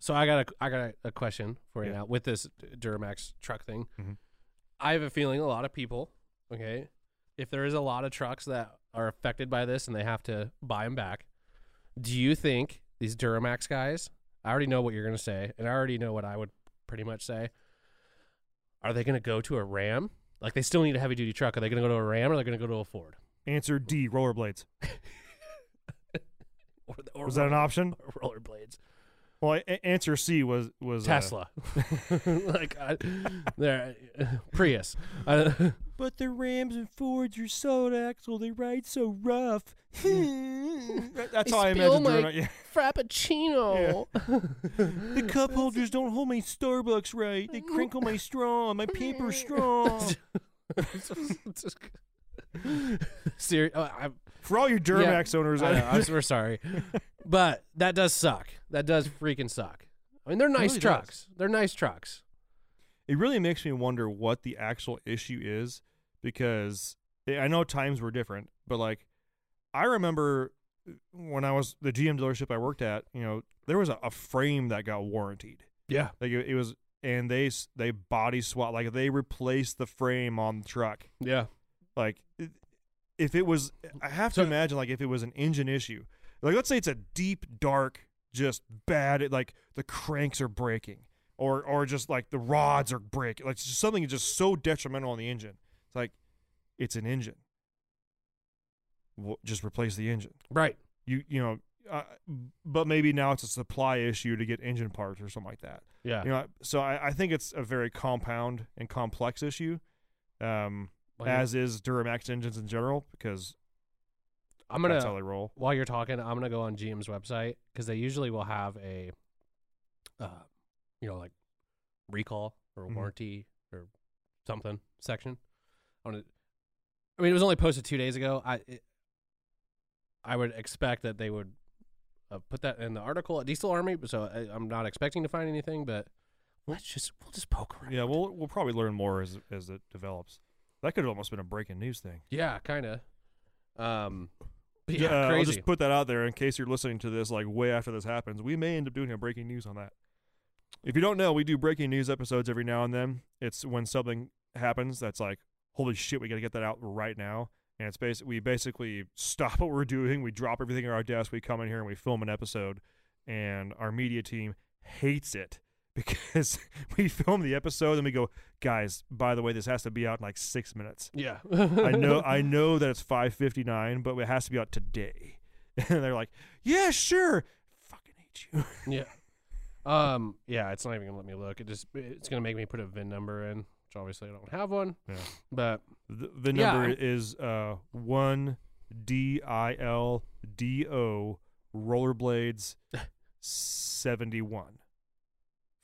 [SPEAKER 5] So I got a I got a, a question for you
[SPEAKER 4] Yeah.
[SPEAKER 5] now with this Duramax truck thing.
[SPEAKER 4] Mhm.
[SPEAKER 5] I have a feeling a lot of people, okay, if there is a lot of trucks that are affected by this and they have to buy them back, do you think these Duramax guys? I already know what you're gonna say, and I already know what I would pretty much say. Are they gonna go to a Ram? Like they still need a heavy duty truck. Are they gonna go to a Ram or are they gonna go to a Ford?
[SPEAKER 4] Answer D. Rollerblades.
[SPEAKER 5] Or, or
[SPEAKER 4] Was that an option?
[SPEAKER 5] rollerblades?
[SPEAKER 4] Well, a- a- answer C was was uh,
[SPEAKER 5] Tesla, like I, there, Prius. I,
[SPEAKER 4] But the Rams and Fords are so axle. They ride so rough. That- That's how I imagine Duramax. Yeah.
[SPEAKER 5] Frappuccino.
[SPEAKER 4] The cup holders don't hold my Starbucks right. They crinkle my straw. My paper straw.
[SPEAKER 5] Ser- oh, I,
[SPEAKER 4] For all you Duramax owners,
[SPEAKER 5] I
[SPEAKER 4] I,
[SPEAKER 5] know, I'm- we're sorry, but that does suck. That does freaking suck. I mean, they're nice
[SPEAKER 4] really does.
[SPEAKER 5] trucks. They're nice trucks.
[SPEAKER 4] it really makes me wonder what the actual issue is because I I know times were different, but like I remember when I was the GM dealership I worked at, you know, there was a, a frame that got warrantied.
[SPEAKER 5] Yeah.
[SPEAKER 4] Like it, it was, and they s- they body swap like they replaced the frame on the truck.
[SPEAKER 5] Yeah.
[SPEAKER 4] Like it- if it was, I have
[SPEAKER 5] So-
[SPEAKER 4] to imagine like if it was an engine issue, like let's say it's a deep dark, just bad. It, like the cranks are breaking, or or just like the rods are breaking, like just something just so detrimental on the engine. It's like it's an engine. Well, just replace the engine
[SPEAKER 5] Right.
[SPEAKER 4] you you know uh, but maybe now it's a supply issue to get engine parts or something like that
[SPEAKER 5] Yeah.
[SPEAKER 4] you know so I, I think it's a very compound and complex issue um
[SPEAKER 5] Like-
[SPEAKER 4] as is duramax engines in general because
[SPEAKER 5] I'm gonna.
[SPEAKER 4] that's how they roll
[SPEAKER 5] while you're talking, I'm gonna go on GM's website because they usually will have a, uh, you know, like recall or
[SPEAKER 4] Mhm.
[SPEAKER 5] warranty or something section. On it, I mean, it was only posted two days ago. I, it, I would expect that they would uh, put that in the article at Diesel Army, so I, I'm not expecting to find anything. But let's just we'll just poke around.
[SPEAKER 4] yeah we'll we'll probably learn more as as it develops that could have almost been a breaking news thing
[SPEAKER 5] yeah, kind of. Um, but
[SPEAKER 4] J-
[SPEAKER 5] yeah,
[SPEAKER 4] uh,
[SPEAKER 5] crazy.
[SPEAKER 4] i'll just put that out there in case you're listening to this like way after this happens we may end up doing a breaking news on that If you don't know, we do breaking news episodes every now and then. It's when something happens that's like, holy shit, we got to get that out right now. And it's basi- we basically stop what we're doing, we drop everything at our desk, we come in here and we film an episode. And our media team hates it because we film the episode and we go, guys, by the way, this has to be out in like six minutes.
[SPEAKER 5] Yeah.
[SPEAKER 4] I know I know that it's 5:59, but it has to be out today. And they're like, "Yeah, sure." Fucking hate you.
[SPEAKER 5] Yeah. Um. Yeah. It's not even gonna let me look. It just. It's gonna make me put a VIN number in, which obviously I don't have one.
[SPEAKER 4] Yeah.
[SPEAKER 5] But
[SPEAKER 4] The, the
[SPEAKER 5] Yeah,
[SPEAKER 4] number
[SPEAKER 5] I'm-
[SPEAKER 4] is uh 1 D I L D O rollerblades 71.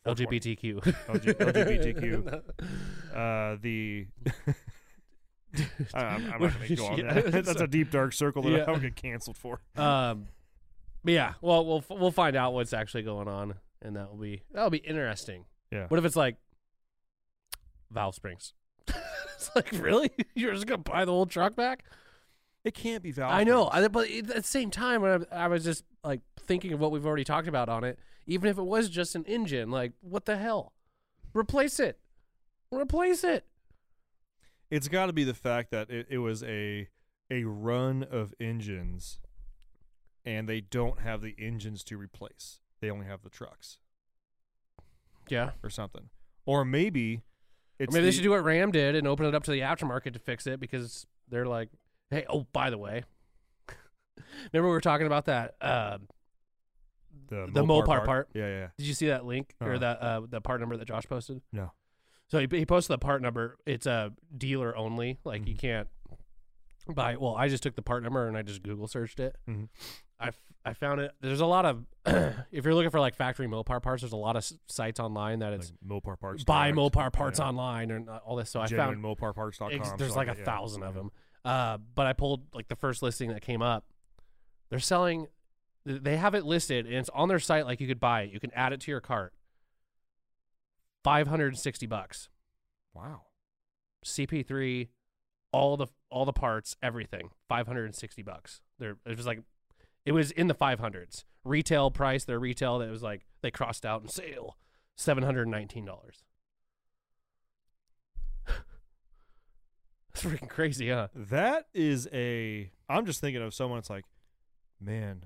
[SPEAKER 5] LGBTQ.
[SPEAKER 4] LG- LGBTQ. Uh the I, I'm, I'm not going to go on
[SPEAKER 5] Yeah,
[SPEAKER 4] that. That's
[SPEAKER 5] so-
[SPEAKER 4] a deep dark circle that
[SPEAKER 5] Yeah.
[SPEAKER 4] I would get canceled for.
[SPEAKER 5] um. But yeah. Well, we'll f- we'll find out what's actually going on, and that will be that'll be interesting.
[SPEAKER 4] Yeah.
[SPEAKER 5] What if it's like valve springs? it's like really? You're just gonna buy the whole truck back?
[SPEAKER 4] It can't be valid.
[SPEAKER 5] I know, I, but it- at the same time, when I, I was just like thinking of what we've already talked about on it, even if it was just an engine, like what the hell? Replace it. Replace it.
[SPEAKER 4] It's got to be the fact that it, it was a a run of engines, and they don't have the engines to replace. They only have the trucks
[SPEAKER 5] Yeah.
[SPEAKER 4] or something, or maybe it's
[SPEAKER 5] Maybe they
[SPEAKER 4] the-
[SPEAKER 5] should do what Ram did and open it up to the aftermarket to fix it because they're like, hey, oh, by the way, remember we were talking about that? Uh,
[SPEAKER 4] the,
[SPEAKER 5] the Mopar part.
[SPEAKER 4] Yeah, yeah, yeah.
[SPEAKER 5] did you see that link or
[SPEAKER 4] Uh-uh.
[SPEAKER 5] that uh, the part number that Josh posted?
[SPEAKER 4] no.
[SPEAKER 5] So he, he posted the part number. It's a uh, dealer only. Like
[SPEAKER 4] Mm-hmm.
[SPEAKER 5] you can't buy. Well, I just took the part number and I just Google searched it.
[SPEAKER 4] Mhm.
[SPEAKER 5] I, f- I found it. There's a lot of if you're looking for like factory Mopar parts. There's a lot of s- sites online that it's
[SPEAKER 4] Like Mopar parts.
[SPEAKER 5] buy
[SPEAKER 4] direct,
[SPEAKER 5] Mopar parts
[SPEAKER 4] yeah.
[SPEAKER 5] online and uh, all this. So I
[SPEAKER 4] Genuine
[SPEAKER 5] found
[SPEAKER 4] moparparts.com.
[SPEAKER 5] Ex-
[SPEAKER 4] something
[SPEAKER 5] there's like a
[SPEAKER 4] that, yeah.
[SPEAKER 5] thousand of
[SPEAKER 4] Yeah.
[SPEAKER 5] them. Uh, but I pulled like the first listing that came up. They're selling. th- They have it listed, and it's on their site. Like you could buy it. You can add it to your cart. Five hundred and sixty bucks.
[SPEAKER 4] Wow.
[SPEAKER 5] CP3, all the all the parts, everything. Five hundred and sixty bucks. There, it was like, it was in the five hundreds. Retail price, their retail that was like they crossed out in sale, seven hundred and nineteen dollars. That's freaking crazy, huh?
[SPEAKER 4] That is a. I'm just thinking of someone. It's like, man,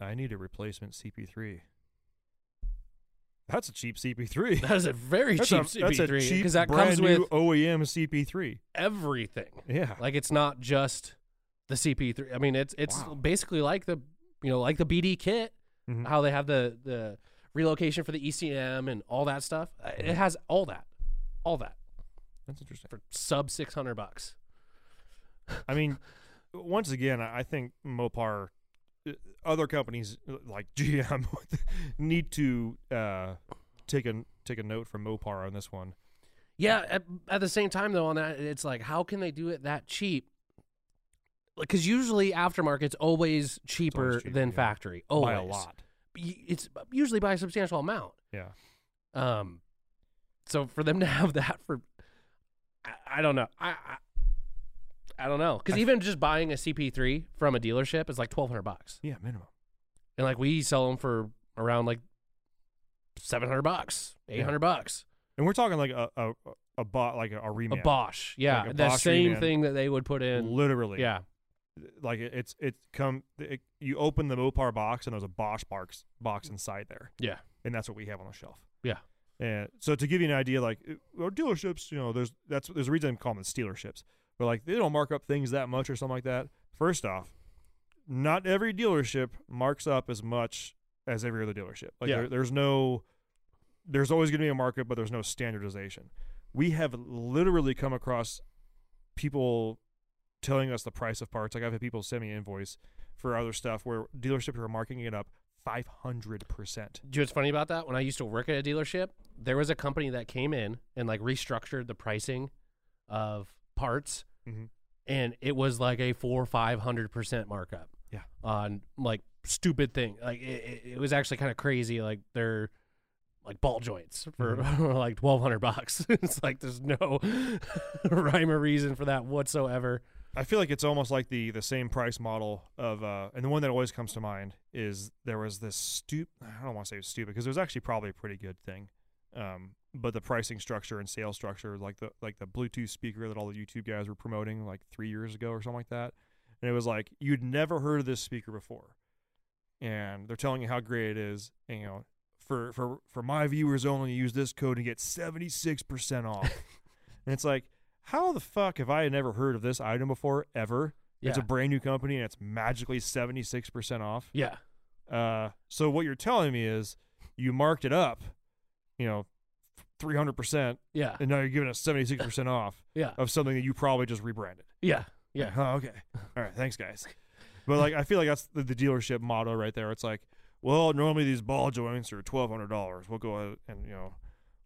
[SPEAKER 4] I need a replacement CP3. That's a cheap CP3.
[SPEAKER 5] That is a very
[SPEAKER 4] that's
[SPEAKER 5] cheap
[SPEAKER 4] a, that's a
[SPEAKER 5] CP3
[SPEAKER 4] cheap E
[SPEAKER 5] because that
[SPEAKER 4] brand
[SPEAKER 5] comes with
[SPEAKER 4] new OEM CP3.
[SPEAKER 5] everything.
[SPEAKER 4] Yeah.
[SPEAKER 5] Like it's not just the CP3. I mean, it's it's
[SPEAKER 4] Wow.
[SPEAKER 5] basically like the you know like the BD kit,
[SPEAKER 4] Mhm.
[SPEAKER 5] how they have the the relocation for the ECM and all that stuff. Uh, It has all that, all that
[SPEAKER 4] That's interesting.
[SPEAKER 5] for sub six hundred bucks.
[SPEAKER 4] I mean, once again, I I think Mopar, uh, other companies uh, like GM need to uh, take a take a note from Mopar on this one.
[SPEAKER 5] Yeah. At, at the same time, though, on that, it's like, how can they do it that cheap? Because usually aftermarket's always cheaper,
[SPEAKER 4] cheaper,
[SPEAKER 5] than
[SPEAKER 4] yeah.
[SPEAKER 5] factory. Oh,
[SPEAKER 4] By a lot.
[SPEAKER 5] It's usually by a substantial amount.
[SPEAKER 4] Yeah.
[SPEAKER 5] Um, so for them to have that for, I, I don't know. I, I I don't know because even just buying a CP3 from a dealership is like twelve hundred bucks,
[SPEAKER 4] Yeah, minimum.
[SPEAKER 5] and like we sell them for around like seven hundred bucks, eight hundred bucks.
[SPEAKER 4] And we're talking like a a, a bot like a, a
[SPEAKER 5] A
[SPEAKER 4] reman.
[SPEAKER 5] Bosch, yeah,
[SPEAKER 4] Like a
[SPEAKER 5] the
[SPEAKER 4] Bosch
[SPEAKER 5] same
[SPEAKER 4] reman.
[SPEAKER 5] thing that they would put in.
[SPEAKER 4] literally.
[SPEAKER 5] Yeah,
[SPEAKER 4] like it- it's it's come it, you open the Mopar box and there's a Bosch box box inside there,
[SPEAKER 5] yeah,
[SPEAKER 4] and that's what we have on the shelf.
[SPEAKER 5] yeah.
[SPEAKER 4] And so to give you an idea, like it- our dealerships, you know, there's that's there's a reason I'm calling them stealerships, but like they don't mark up things that much or something like that. First off, not every dealership marks up as much as every other dealership. Like
[SPEAKER 5] Yeah.
[SPEAKER 4] there, there's no, there's always going to be a markup, but there's no standardization. We have literally come across people telling us the price of parts. Like I've had people send me invoice for other stuff where dealerships are marking it up five hundred percent.
[SPEAKER 5] Do you know what's funny about that? When I used to work at a dealership, there was a company that came in and like restructured the pricing of parts,
[SPEAKER 4] Mhm.
[SPEAKER 5] and it was like a four five hundred percent markup.
[SPEAKER 4] Yeah.
[SPEAKER 5] on like stupid thing. Like it, it- it was actually kind of crazy. Like their like ball joints for
[SPEAKER 4] Mm-hmm.
[SPEAKER 5] like twelve hundred bucks. it's like there's no rhyme or reason for that whatsoever.
[SPEAKER 4] I feel like it's almost like the the same price model of uh, and the one that always comes to mind is there was this stupid I don't want to say it was stupid because it was actually probably a pretty good thing Um, but the pricing structure and sales structure, like the like the Bluetooth speaker that all the YouTube guys were promoting like three years ago or something like that, and it was like you'd never heard of this speaker before, and they're telling you how great it is, and you know, for for for my viewers only, use this code to get seventy six percent off, and it's like, how the fuck have I never heard of this item before ever? It's a
[SPEAKER 5] Yeah.
[SPEAKER 4] brand new company and it's magically seventy six percent off.
[SPEAKER 5] Yeah.
[SPEAKER 4] Uh, so what you're telling me is you marked it up, you know, 300%,
[SPEAKER 5] Yeah.
[SPEAKER 4] and now you're giving us 76% off
[SPEAKER 5] Yeah.
[SPEAKER 4] of something that you probably just rebranded.
[SPEAKER 5] Yeah. Yeah.
[SPEAKER 4] Oh, okay. All right. Thanks, guys. But like, I feel like that's the, the dealership motto right there. It's like, well, normally these ball joints are twelve hundred dollars. We'll go ahead and you know,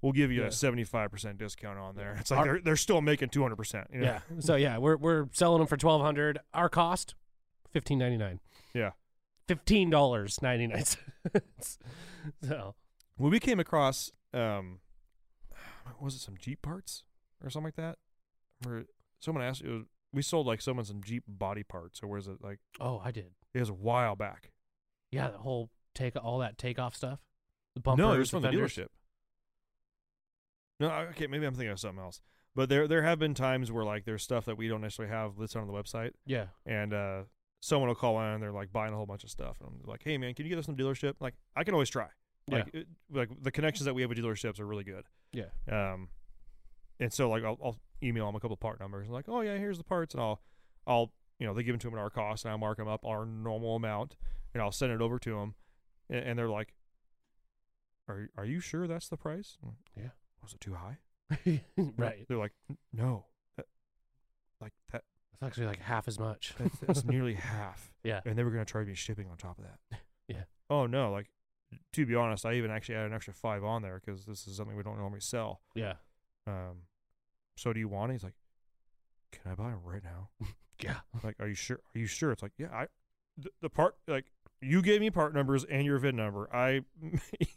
[SPEAKER 4] we'll give you
[SPEAKER 5] Yeah.
[SPEAKER 4] a seventy five percent discount on there. It's
[SPEAKER 5] Our-
[SPEAKER 4] like they're they're still making two hundred percent.
[SPEAKER 5] Yeah. So yeah, we're we're selling them for twelve hundred. Our cost, fifteen ninety nine.
[SPEAKER 4] Yeah.
[SPEAKER 5] Fifteen dollars ninety nine cents. so
[SPEAKER 4] when we came across um was it some jeep parts or something like that or someone asked it was, we sold like someone some jeep body parts or was it like
[SPEAKER 5] oh, I did.
[SPEAKER 4] it was a while back
[SPEAKER 5] Yeah, the whole take all that takeoff stuff. The bumpers,
[SPEAKER 4] no it was from the
[SPEAKER 5] fenders.
[SPEAKER 4] dealership no I- okay maybe i'm thinking of something else but there there have been times where like there's stuff that we don't necessarily have listed on the website
[SPEAKER 5] Yeah.
[SPEAKER 4] and uh someone will call in and they're like buying a whole bunch of stuff and i'm like hey man can you get us some dealership like i can always try
[SPEAKER 5] Yeah.
[SPEAKER 4] like it, like the connections that we have with dealerships are really good
[SPEAKER 5] Yeah.
[SPEAKER 4] Um, and so like I'll, I'll email them a couple part numbers and like, oh yeah, here's the parts, and I'll I'll you know they give them to them at our cost, and I mark them up our normal amount, and I'll send it over to them, and, and they're like, are are you sure that's the price? I'm like,
[SPEAKER 5] Yeah.
[SPEAKER 4] Was it too high?
[SPEAKER 5] right.
[SPEAKER 4] They're like, "N- no, that, like that
[SPEAKER 5] It's actually like half as much.
[SPEAKER 4] that's, that's nearly half,
[SPEAKER 5] Yeah.
[SPEAKER 4] and they were gonna charge me shipping on top of that.
[SPEAKER 5] Yeah.
[SPEAKER 4] Oh no, like to be honest, I even actually added an extra five on there because this is something we don't normally sell.
[SPEAKER 5] Yeah.
[SPEAKER 4] um, so do you want it? He's like, can I buy them right now?
[SPEAKER 5] Yeah.
[SPEAKER 4] I'm like, are you sure? Are you sure? It's like, yeah, I, the, the part, like, you gave me part numbers and your VIN number. I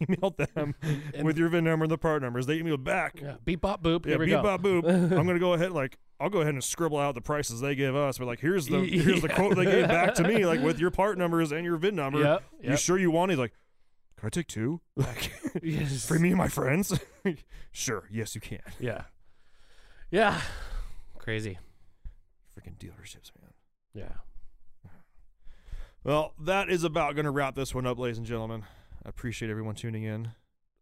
[SPEAKER 4] emailed them
[SPEAKER 5] And-
[SPEAKER 4] with your VIN number and the part numbers. They emailed back.
[SPEAKER 5] Yeah. Beep bop boop.
[SPEAKER 4] Yeah,
[SPEAKER 5] Here we
[SPEAKER 4] beep
[SPEAKER 5] go.
[SPEAKER 4] bop boop. I'm gonna go ahead like I'll go ahead and scribble out the prices they give us. But like here's the here's the
[SPEAKER 5] Yeah.
[SPEAKER 4] quote they gave back to me, like with your part numbers and your VIN number.
[SPEAKER 5] Yep.
[SPEAKER 4] You
[SPEAKER 5] yep.
[SPEAKER 4] sure you want? it? He's like, can I take two? Like
[SPEAKER 5] Yes.
[SPEAKER 4] for me and my friends? sure. Yes, you can.
[SPEAKER 5] Yeah. Yeah. Crazy.
[SPEAKER 4] Freaking dealerships, man.
[SPEAKER 5] Yeah.
[SPEAKER 4] Well, that is about going to wrap this one up, ladies and gentlemen. I appreciate everyone tuning in.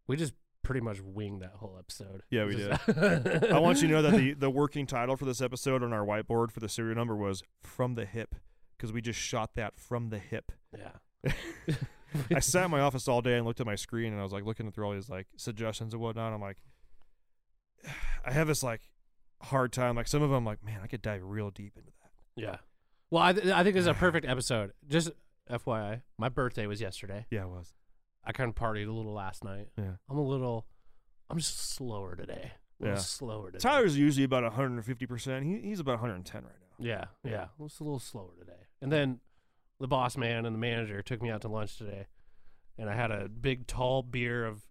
[SPEAKER 5] We just pretty much winged that whole episode.
[SPEAKER 4] Yeah, we
[SPEAKER 5] Just-
[SPEAKER 4] I want you to know that the, the working title for this episode on our whiteboard for the serial number was From the Hip, because we just shot that from the hip.
[SPEAKER 5] Yeah.
[SPEAKER 4] I sat in my office all day and looked at my screen and I was like looking through all these like suggestions and whatnot. I'm like, I have this like hard time. Like some of them, I'm like, man, I could dive real deep into that.
[SPEAKER 5] Yeah. Well, I, th- I think this is a perfect episode. Just FYI, my birthday was yesterday.
[SPEAKER 4] Yeah, it was.
[SPEAKER 5] I kind of partied a little last night.
[SPEAKER 4] Yeah.
[SPEAKER 5] I'm a little, I'm just slower today. A little
[SPEAKER 4] Yeah.
[SPEAKER 5] slower today.
[SPEAKER 4] Tyler's usually about 150%. He, he's about 110 right now.
[SPEAKER 5] Yeah, yeah. I'm just a little slower today. And then the boss man and the manager took me out to lunch today, and I had a big tall beer of,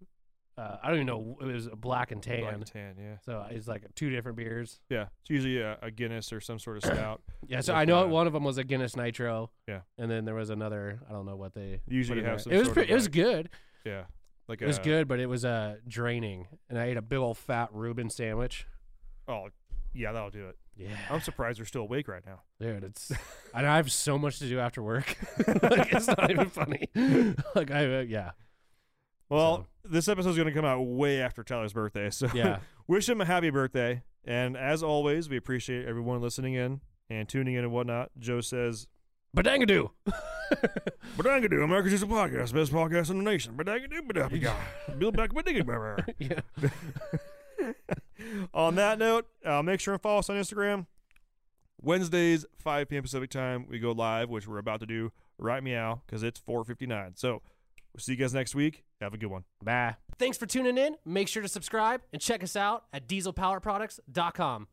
[SPEAKER 5] uh, I don't even know, it was a black and tan.
[SPEAKER 4] Black and tan, yeah.
[SPEAKER 5] So it's like two different beers.
[SPEAKER 4] Yeah, it's usually a, a Guinness or some sort of stout.
[SPEAKER 5] Yeah, so
[SPEAKER 4] With,
[SPEAKER 5] I know
[SPEAKER 4] uh,
[SPEAKER 5] one of them was a Guinness Nitro.
[SPEAKER 4] Yeah.
[SPEAKER 5] and then there was another. I don't know what they
[SPEAKER 4] Usually
[SPEAKER 5] put in
[SPEAKER 4] you have
[SPEAKER 5] there.
[SPEAKER 4] some
[SPEAKER 5] It was
[SPEAKER 4] sort
[SPEAKER 5] pre-
[SPEAKER 4] of
[SPEAKER 5] it was
[SPEAKER 4] like-
[SPEAKER 5] good.
[SPEAKER 4] Yeah, like
[SPEAKER 5] It was
[SPEAKER 4] a-
[SPEAKER 5] good, but it was uh draining, and I ate a big old fat Reuben sandwich.
[SPEAKER 4] Oh, yeah, that'll do it.
[SPEAKER 5] Yeah,
[SPEAKER 4] I'm surprised you're still awake right now.
[SPEAKER 5] dude, it's and I have so much to do after work. like it's not even funny. like I uh, yeah
[SPEAKER 4] Well, this episode's going to come out way after Tyler's birthday, so
[SPEAKER 5] yeah
[SPEAKER 4] wish him a happy birthday. And as always, we appreciate everyone listening in and tuning in and whatnot. Joe says,
[SPEAKER 5] badangadoo.
[SPEAKER 4] "But I can do America's Just a Podcast, best podcast in the nation." But I can do, but I can build back my digging.
[SPEAKER 5] yeah,
[SPEAKER 4] on that note, uh, make sure and follow us on Instagram. Wednesdays, 5 p.m. Pacific time, we go live, which we're about to do right meow because it's 4:59. So we'll see you guys next week. Have a good one.
[SPEAKER 5] bye.
[SPEAKER 3] Thanks for tuning in. Make sure to subscribe and check us out at dieselpowerproducts.com.